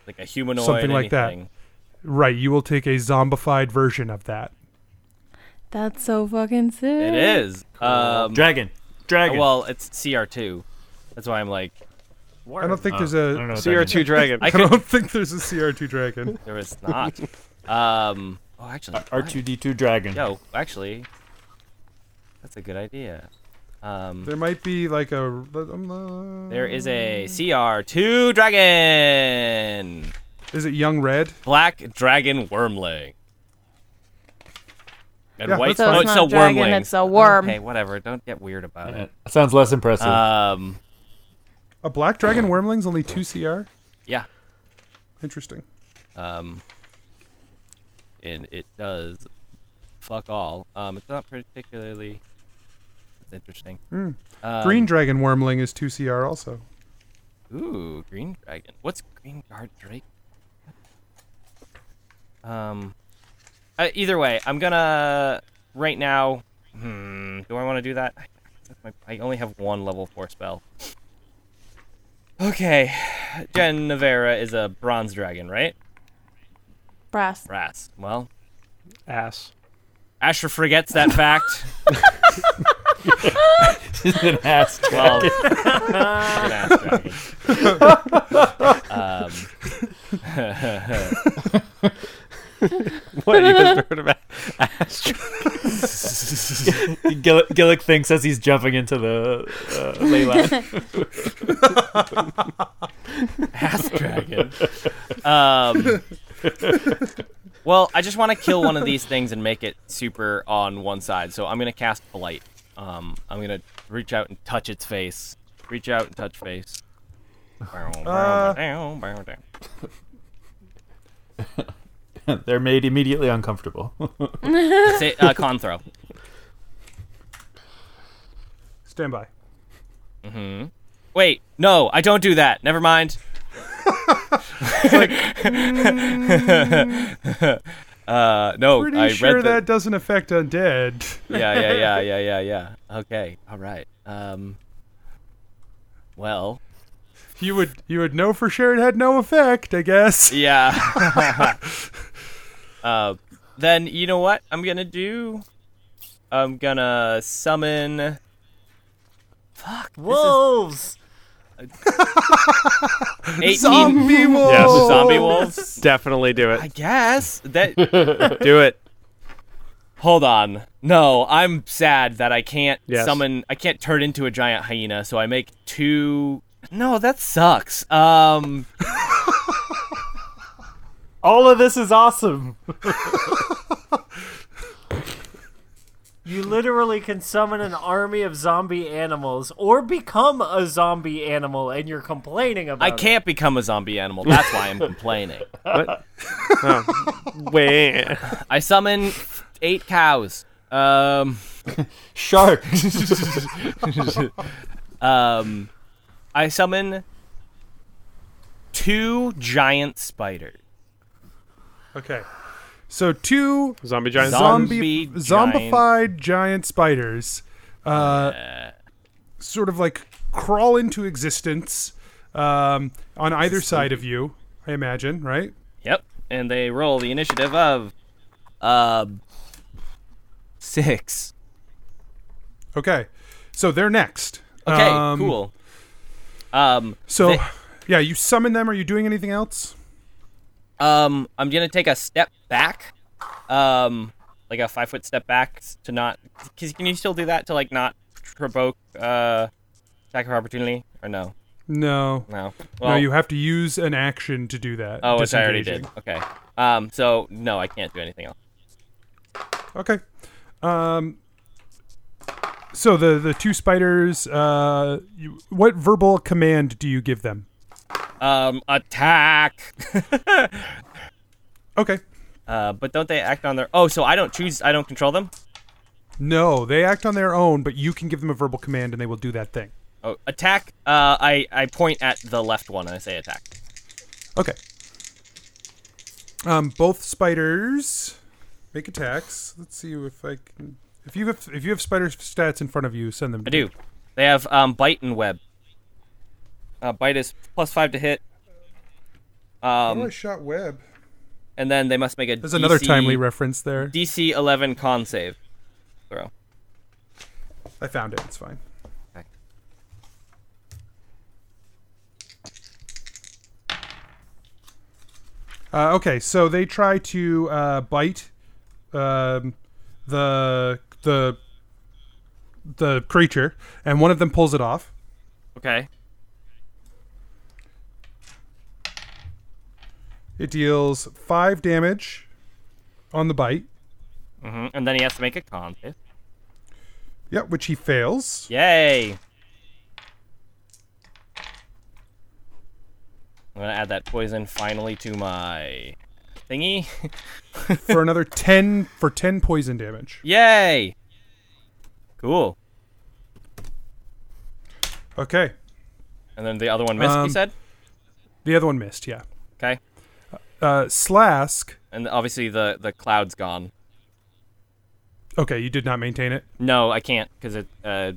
[SPEAKER 6] Like a humanoid.
[SPEAKER 1] something like that.
[SPEAKER 6] anything.
[SPEAKER 1] Right, you will take a zombified version of that.
[SPEAKER 5] That's so fucking sick.
[SPEAKER 6] It is. Um,
[SPEAKER 19] Dragon. Dragon.
[SPEAKER 6] Well, it's CR2. That's why I'm like.
[SPEAKER 1] Uh, I don't
[SPEAKER 19] Oh,
[SPEAKER 1] think there's a
[SPEAKER 6] CR2 dragon.
[SPEAKER 1] I,
[SPEAKER 6] I could-
[SPEAKER 1] don't think there's a CR2 dragon.
[SPEAKER 6] There is not. um. Oh, actually.
[SPEAKER 19] R2D2 dragon.
[SPEAKER 6] Yo, actually, that's a good idea. Um,
[SPEAKER 1] There might be like a. um, uh,
[SPEAKER 6] there is a CR2 dragon.
[SPEAKER 1] Is it young red?
[SPEAKER 6] Black dragon wormling. And
[SPEAKER 5] Yeah,
[SPEAKER 6] white
[SPEAKER 5] that's fine. So it's
[SPEAKER 6] oh,
[SPEAKER 5] not a dragon,
[SPEAKER 6] wormling.
[SPEAKER 5] it's a worm.
[SPEAKER 6] Okay, whatever. Don't get weird about it.
[SPEAKER 19] That sounds less impressive.
[SPEAKER 6] Um,
[SPEAKER 1] A black dragon wormling's only two CR.
[SPEAKER 6] Yeah.
[SPEAKER 1] Interesting.
[SPEAKER 6] Um, and it does fuck all. Um, it's not particularly. It's interesting.
[SPEAKER 1] Hmm.
[SPEAKER 6] Um,
[SPEAKER 1] Green dragon wormling is two CR also.
[SPEAKER 6] Ooh, green dragon. What's green guard drake? Um, uh, either way, I'm gonna right now. Hmm, do I want to do that? That's my, I only have one level four spell. Okay, Gen Navera is a bronze dragon, right?
[SPEAKER 5] Brass.
[SPEAKER 6] Brass. Well,
[SPEAKER 22] ass.
[SPEAKER 6] Asher forgets that fact.
[SPEAKER 19] She's an ass
[SPEAKER 6] Well,
[SPEAKER 19] dragon.
[SPEAKER 6] an ass dragon. um,
[SPEAKER 19] What you just heard about Gillick, Gillick thinks as he's jumping into the uh, ley line.
[SPEAKER 6] ass dragon. Um, well, I just want to kill one of these things and make it super on one side. So I'm gonna cast blight. Um, I'm gonna reach out and touch its face. Reach out and touch face. Bow, bow,
[SPEAKER 19] Uh.
[SPEAKER 6] bow, bow, bow.
[SPEAKER 19] They're made immediately uncomfortable.
[SPEAKER 6] Sa- uh, con throw.
[SPEAKER 1] Stand by.
[SPEAKER 6] hmm Wait, no, I don't do that. Never mind. uh, no,
[SPEAKER 1] Pretty
[SPEAKER 6] I
[SPEAKER 1] sure
[SPEAKER 6] read the-
[SPEAKER 1] that doesn't affect undead.
[SPEAKER 6] yeah, yeah, yeah, yeah, yeah, yeah. Okay, all right. Um, well,
[SPEAKER 1] you would you would know for sure it had no effect, I guess.
[SPEAKER 6] yeah. uh, then you know what I'm gonna do? I'm gonna summon.
[SPEAKER 9] Wolves.
[SPEAKER 6] Eighteen
[SPEAKER 9] Zombie
[SPEAKER 6] Yeah,
[SPEAKER 9] wolves.
[SPEAKER 6] zombie wolves.
[SPEAKER 22] Definitely do
[SPEAKER 6] I
[SPEAKER 22] it.
[SPEAKER 6] guess that.
[SPEAKER 22] do it.
[SPEAKER 6] Hold on. No, I'm sad that I can't
[SPEAKER 22] Yes.
[SPEAKER 6] summon. I can't turn into a giant hyena, so I make two. No, that sucks. Um,
[SPEAKER 19] All of this is awesome.
[SPEAKER 9] You literally can summon an army of zombie animals or become a zombie animal, and you're complaining about
[SPEAKER 6] I
[SPEAKER 9] it.
[SPEAKER 6] can't become a zombie animal. That's why I'm complaining.
[SPEAKER 9] What?
[SPEAKER 6] Wait. I summon eight cows. Um,
[SPEAKER 19] Sharks.
[SPEAKER 6] um, I summon two giant spiders.
[SPEAKER 1] Okay. So two
[SPEAKER 22] zombie
[SPEAKER 6] giant
[SPEAKER 1] zombie,
[SPEAKER 6] spiders. Zombie
[SPEAKER 1] zombified giant, spiders, uh, sort of like crawl into existence um, on either side of you. I imagine, right?
[SPEAKER 6] Yep. And they roll the initiative of uh, six.
[SPEAKER 1] Okay. So they're next.
[SPEAKER 6] Okay,
[SPEAKER 1] Um,
[SPEAKER 6] cool. Um,
[SPEAKER 1] So,
[SPEAKER 6] they-
[SPEAKER 1] yeah, you summon them. Are you doing anything else?
[SPEAKER 6] um, I'm gonna take a step back, um, like a five foot step back s- to not. Cause can you still do that to like not provoke uh, attack of opportunity or no?
[SPEAKER 1] No.
[SPEAKER 6] No.
[SPEAKER 1] no,
[SPEAKER 6] Well-
[SPEAKER 1] you have to use an action to do that.
[SPEAKER 6] Oh, which I already did.
[SPEAKER 1] disengaging.
[SPEAKER 6] Okay. Um. So no, I can't do anything else.
[SPEAKER 1] Okay. Um. So the the two spiders. Uh, you, what verbal command do you give them?
[SPEAKER 6] Um. Attack.
[SPEAKER 1] okay.
[SPEAKER 6] Uh. But don't they act on their? Oh, so I don't choose. I don't control them.
[SPEAKER 1] No, they act on their own, but you can give them a verbal command, and they will do that thing.
[SPEAKER 6] Oh, attack. Uh. I I point at the left one and I say attack.
[SPEAKER 1] Okay. Um, both spiders make attacks. Let's see if I can. If you have if you have spider stats in front of you, send them. to
[SPEAKER 6] I
[SPEAKER 1] me.
[SPEAKER 6] do. They have um bite and web. Uh, bite is plus five to hit. Um.
[SPEAKER 1] oh, I shot web.
[SPEAKER 6] and then they must make a.
[SPEAKER 1] There's another
[SPEAKER 6] DC
[SPEAKER 1] timely reference there.
[SPEAKER 6] DC 11 con save throw.
[SPEAKER 1] I found it. It's fine. Uh, okay, so they try to uh, bite um, the the the creature, and one of them pulls it off.
[SPEAKER 6] Okay.
[SPEAKER 1] It deals five damage on the bite.
[SPEAKER 6] hmm And then he has to make a con save.
[SPEAKER 1] Yeah, which he fails.
[SPEAKER 6] Yay! I'm gonna add that poison finally to my thingy.
[SPEAKER 1] for another ten for ten poison damage.
[SPEAKER 6] Yay! Cool.
[SPEAKER 1] Okay.
[SPEAKER 6] And then the other one missed, you
[SPEAKER 1] Um,
[SPEAKER 6] said?
[SPEAKER 1] The other one missed. Yeah.
[SPEAKER 6] Okay.
[SPEAKER 1] Uh, Slask.
[SPEAKER 6] And obviously the, the cloud's gone.
[SPEAKER 1] Okay, you did not maintain it.
[SPEAKER 6] No, I can't, because it uh,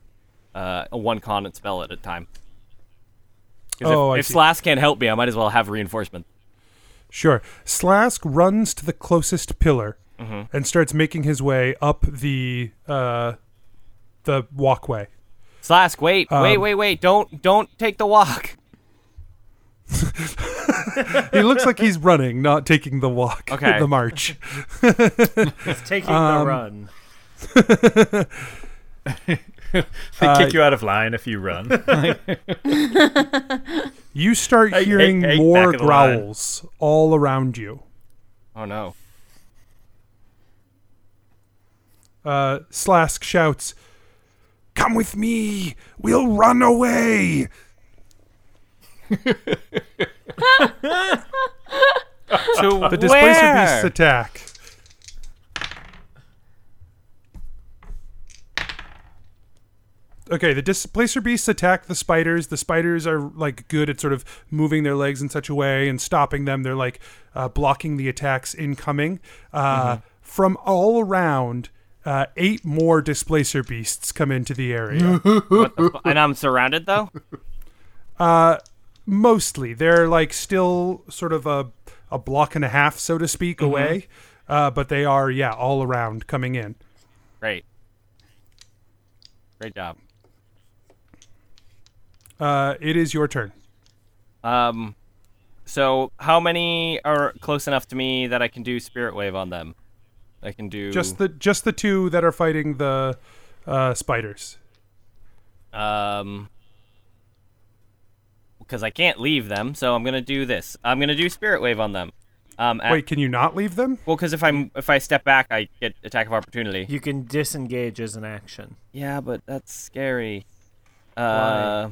[SPEAKER 6] uh, a one con and spell at a time. 'Cause
[SPEAKER 1] Oh, I
[SPEAKER 6] if, if
[SPEAKER 1] see.
[SPEAKER 6] Slash can't help me, I might as well have reinforcement.
[SPEAKER 1] Sure. Slask runs to the closest pillar
[SPEAKER 19] Mm-hmm.
[SPEAKER 6] Mhm.
[SPEAKER 1] and starts making his way up the uh, the walkway.
[SPEAKER 6] Slask, wait, wait,
[SPEAKER 1] Um,
[SPEAKER 6] wait, wait! Don't, don't take the walk.
[SPEAKER 1] He looks like he's running, not taking the walk.
[SPEAKER 6] Okay.
[SPEAKER 1] The march.
[SPEAKER 9] He's taking the
[SPEAKER 6] um,
[SPEAKER 9] run.
[SPEAKER 1] they
[SPEAKER 19] They kick you out of line if you run.
[SPEAKER 1] You start
[SPEAKER 19] Hey, hey,
[SPEAKER 1] hearing
[SPEAKER 19] hey, back
[SPEAKER 1] more
[SPEAKER 19] of the line.
[SPEAKER 1] growls all around you.
[SPEAKER 6] Oh no!
[SPEAKER 1] Uh, Slask shouts,
[SPEAKER 4] Come with me. We'll run away.
[SPEAKER 6] To
[SPEAKER 1] "The displacer
[SPEAKER 6] where?
[SPEAKER 1] beasts attack." Okay, the displacer beasts attack the spiders. The spiders are like good at sort of moving their legs in such a way and stopping them. They're like uh, blocking the attacks incoming. Uh, From all around, uh, eight more displacer beasts come into the area.
[SPEAKER 6] What the fu- and I'm surrounded though.
[SPEAKER 1] Uh, mostly, they're like still sort of a a block and a half, so to speak, away. Uh, but they are, yeah, all around coming in.
[SPEAKER 6] Great. Great job.
[SPEAKER 1] Uh, it is your turn.
[SPEAKER 6] Um, so how many are close enough to me that I can do spirit wave on them? I can do
[SPEAKER 1] Just the just the two that are fighting the uh, spiders.
[SPEAKER 6] um because I can't leave them, so I'm gonna do this. I'm gonna do spirit wave on them. Um, at-
[SPEAKER 1] Wait, can you not leave them?
[SPEAKER 6] Well, because if I'm if I step back, I get attack of opportunity.
[SPEAKER 9] You can disengage as an action.
[SPEAKER 6] Yeah, but that's scary. Uh,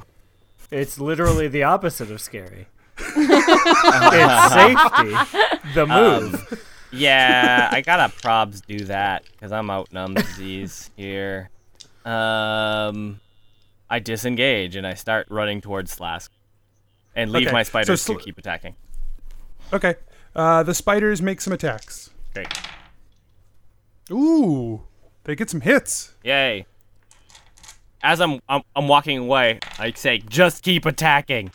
[SPEAKER 9] It's literally the opposite of scary. it's safety. The
[SPEAKER 6] Um,
[SPEAKER 9] move.
[SPEAKER 6] yeah, I gotta probs do that because I'm outnumbed disease here. Um, I disengage and I start running towards Slask, and leave
[SPEAKER 1] Okay,
[SPEAKER 6] my
[SPEAKER 1] so
[SPEAKER 6] spiders
[SPEAKER 1] sl-
[SPEAKER 6] to keep attacking.
[SPEAKER 1] Okay. Uh, the spiders make some attacks.
[SPEAKER 6] Great.
[SPEAKER 1] Ooh, they get some hits.
[SPEAKER 6] Yay! As I'm I'm, I'm walking away, I say, "Just keep attacking,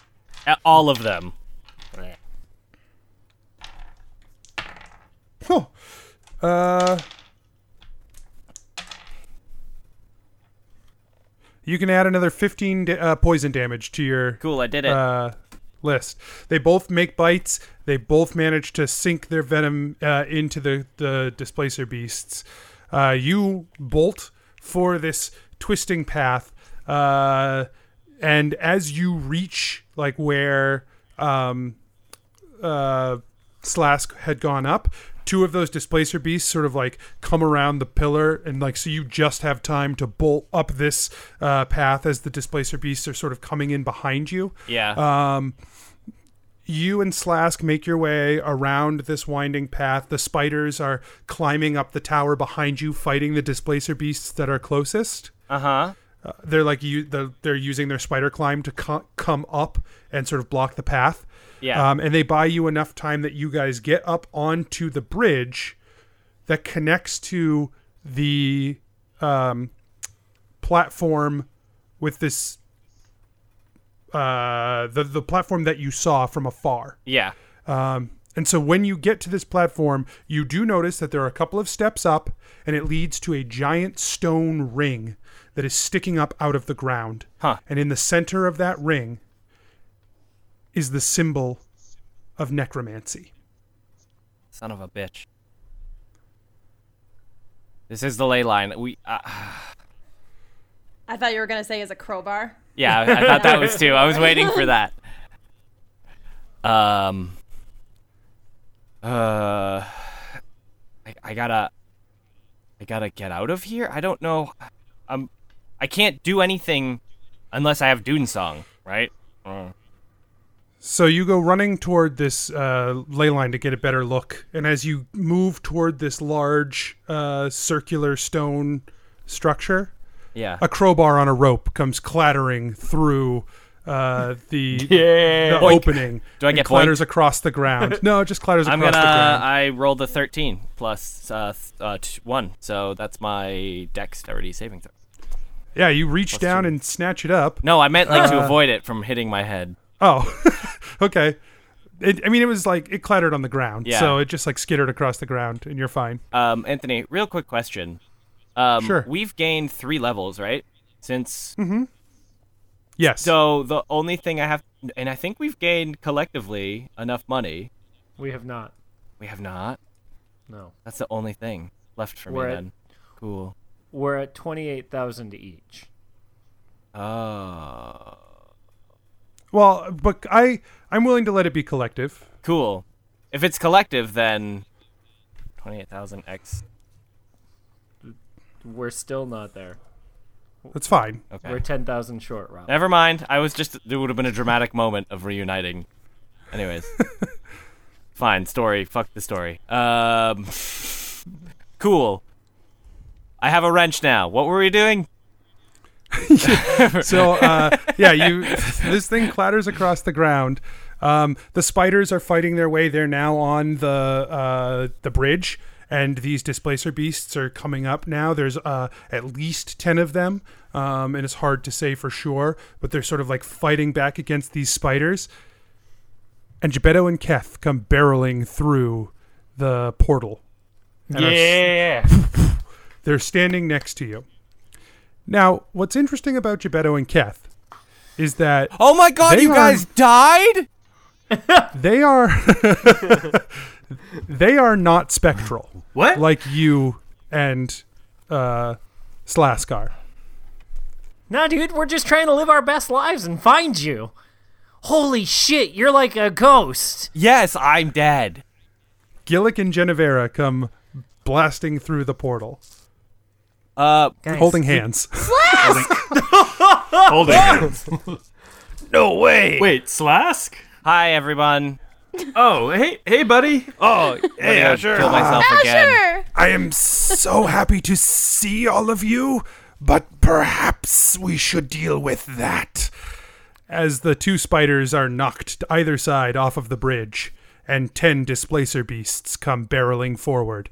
[SPEAKER 6] at all of them."
[SPEAKER 1] Huh. Uh, you can add another 15 da- uh, poison damage to your
[SPEAKER 6] cool. I did it.
[SPEAKER 1] Uh, list. They both make bites. They both manage to sink their venom uh, into the the displacer beasts. Uh, you bolt for this twisting path. Uh, and as you reach like where um, uh, Slask had gone up, two of those displacer beasts sort of like come around the pillar and like so you just have time to bolt up this uh, path as the displacer beasts are sort of coming in behind you.
[SPEAKER 6] Yeah.
[SPEAKER 1] Um, you and Slask make your way around this winding path. The spiders are climbing up the tower behind you, fighting the displacer beasts that are closest.
[SPEAKER 6] Uh-huh.
[SPEAKER 1] Uh, they're like you. They're, they're using their spider climb to co- come up and sort of block the path.
[SPEAKER 6] Yeah.
[SPEAKER 1] Um, and they buy you enough time that you guys get up onto the bridge that connects to the um, platform with this uh, the the platform that you saw from afar.
[SPEAKER 6] Yeah.
[SPEAKER 1] Um, and so when you get to this platform, you do notice that there are a couple of steps up, and it leads to a giant stone ring that is sticking up out of the ground.
[SPEAKER 6] Huh.
[SPEAKER 1] And in the center of that ring is the symbol of necromancy.
[SPEAKER 6] Son of a bitch. This is the ley line. We. Uh,
[SPEAKER 5] I thought you were gonna say as a crowbar.
[SPEAKER 6] yeah, I, I thought that was too. I was waiting for that. Um. Uh. I, I gotta. I gotta get out of here. I don't know. I'm. I can't do anything unless I have Dune Song, right? Uh,
[SPEAKER 1] So you go running toward this uh, ley line to get a better look, and as you move toward this large uh, circular stone structure,
[SPEAKER 6] Yeah.
[SPEAKER 1] a crowbar on a rope comes clattering through uh, the,
[SPEAKER 6] Yeah.
[SPEAKER 1] the
[SPEAKER 6] Boink.
[SPEAKER 1] opening.
[SPEAKER 6] Do I
[SPEAKER 1] and
[SPEAKER 6] get
[SPEAKER 1] clatters
[SPEAKER 6] boinked?
[SPEAKER 1] across the ground? No, it just clatters
[SPEAKER 6] I'm
[SPEAKER 1] across
[SPEAKER 6] gonna. uh,
[SPEAKER 1] the ground.
[SPEAKER 6] I rolled a 13 plus uh, th- uh, t- one, so that's my dexterity saving throw.
[SPEAKER 1] Yeah, you reach down and snatch it up.
[SPEAKER 6] No, I meant like to
[SPEAKER 1] Uh,
[SPEAKER 6] avoid it from hitting my head.
[SPEAKER 1] Oh, okay. It, I mean, it was like it clattered on the ground,
[SPEAKER 6] Yeah.
[SPEAKER 1] so it just like skittered across the ground, and you're fine.
[SPEAKER 6] Um, Anthony, real quick question. Um,
[SPEAKER 1] Sure.
[SPEAKER 6] We've gained three levels, right? Since
[SPEAKER 1] Mm-hmm. Yes.
[SPEAKER 6] So the only thing I have, and I think we've gained collectively enough money.
[SPEAKER 9] We have not.
[SPEAKER 6] We have not.
[SPEAKER 9] No.
[SPEAKER 6] That's the only thing left for
[SPEAKER 9] We're
[SPEAKER 6] me
[SPEAKER 9] at-
[SPEAKER 6] then. Cool.
[SPEAKER 9] We're at twenty-eight thousand each.
[SPEAKER 6] Oh.
[SPEAKER 1] Well, but I I'm willing to let it be collective.
[SPEAKER 6] Cool. If it's collective, then twenty-eight thousand x.
[SPEAKER 9] We're still not there.
[SPEAKER 1] That's fine.
[SPEAKER 6] Okay.
[SPEAKER 9] We're ten thousand short, Rob.
[SPEAKER 6] Never mind. I was just there would have been a dramatic moment of reuniting. Anyways. Fine, story. Fuck the story. Um Cool. I have a wrench now. What were we doing?
[SPEAKER 1] so uh, yeah, you this thing clatters across the ground. Um, the spiders are fighting their way. They're now on the uh, the bridge, and these displacer beasts are coming up now. There's uh, at least ten of them, um, and it's hard to say for sure. But they're sort of like fighting back against these spiders. And Gebetto and Keth come barreling through the portal. and are
[SPEAKER 9] Yeah.
[SPEAKER 1] they're standing next to you. Now, what's interesting about Gebetto and Keth is that
[SPEAKER 6] Oh my god,
[SPEAKER 1] they
[SPEAKER 6] you
[SPEAKER 1] are-
[SPEAKER 6] guys died?
[SPEAKER 1] they are they are not spectral.
[SPEAKER 6] What?
[SPEAKER 1] Like you and uh Slask are.
[SPEAKER 9] Nah, dude, we're just trying to live our best lives and find you. Holy shit, you're like a ghost.
[SPEAKER 6] Yes, I'm dead.
[SPEAKER 1] Gillick and Genevera come blasting through the portal.
[SPEAKER 6] Uh
[SPEAKER 1] holding hands.
[SPEAKER 14] Holding hands.
[SPEAKER 6] No way.
[SPEAKER 14] Wait, Slask?
[SPEAKER 6] Hi everyone.
[SPEAKER 14] Oh, hey, hey, buddy.
[SPEAKER 6] Oh,
[SPEAKER 14] hey, Asher.
[SPEAKER 6] Kill myself
[SPEAKER 14] Ah,
[SPEAKER 6] again.
[SPEAKER 4] I am so happy to see all of you, but perhaps we should deal with that.
[SPEAKER 1] as the two spiders are knocked to either side off of the bridge, and ten displacer beasts come barreling forward.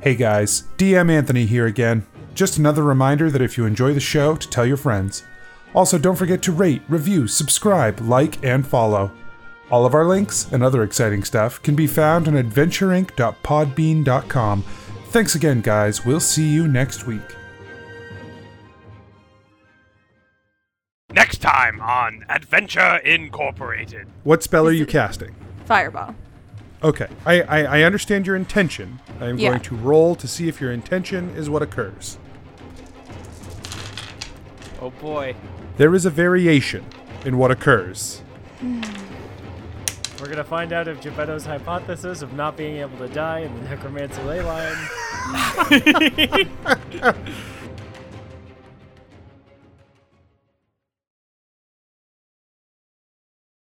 [SPEAKER 15] Hey guys, DM Anthony here again. Just another reminder that if you enjoy the show, to tell your friends. Also, don't forget to rate, review, subscribe, like, and follow.
[SPEAKER 1] All of our links and other exciting stuff can be found on adventureinc.podbean.com. Thanks again, guys. We'll see you next week.
[SPEAKER 2] Next time on Adventure Incorporated.
[SPEAKER 1] What spell are you casting?
[SPEAKER 23] Fireball.
[SPEAKER 1] Okay, I, I, I understand your intention. I am
[SPEAKER 23] Yeah.
[SPEAKER 1] going to roll to see if your intention is what occurs.
[SPEAKER 6] Oh boy.
[SPEAKER 1] There is a variation in what occurs.
[SPEAKER 9] We're gonna find out if Geppetto's hypothesis of not being able to die in the necromancy ley line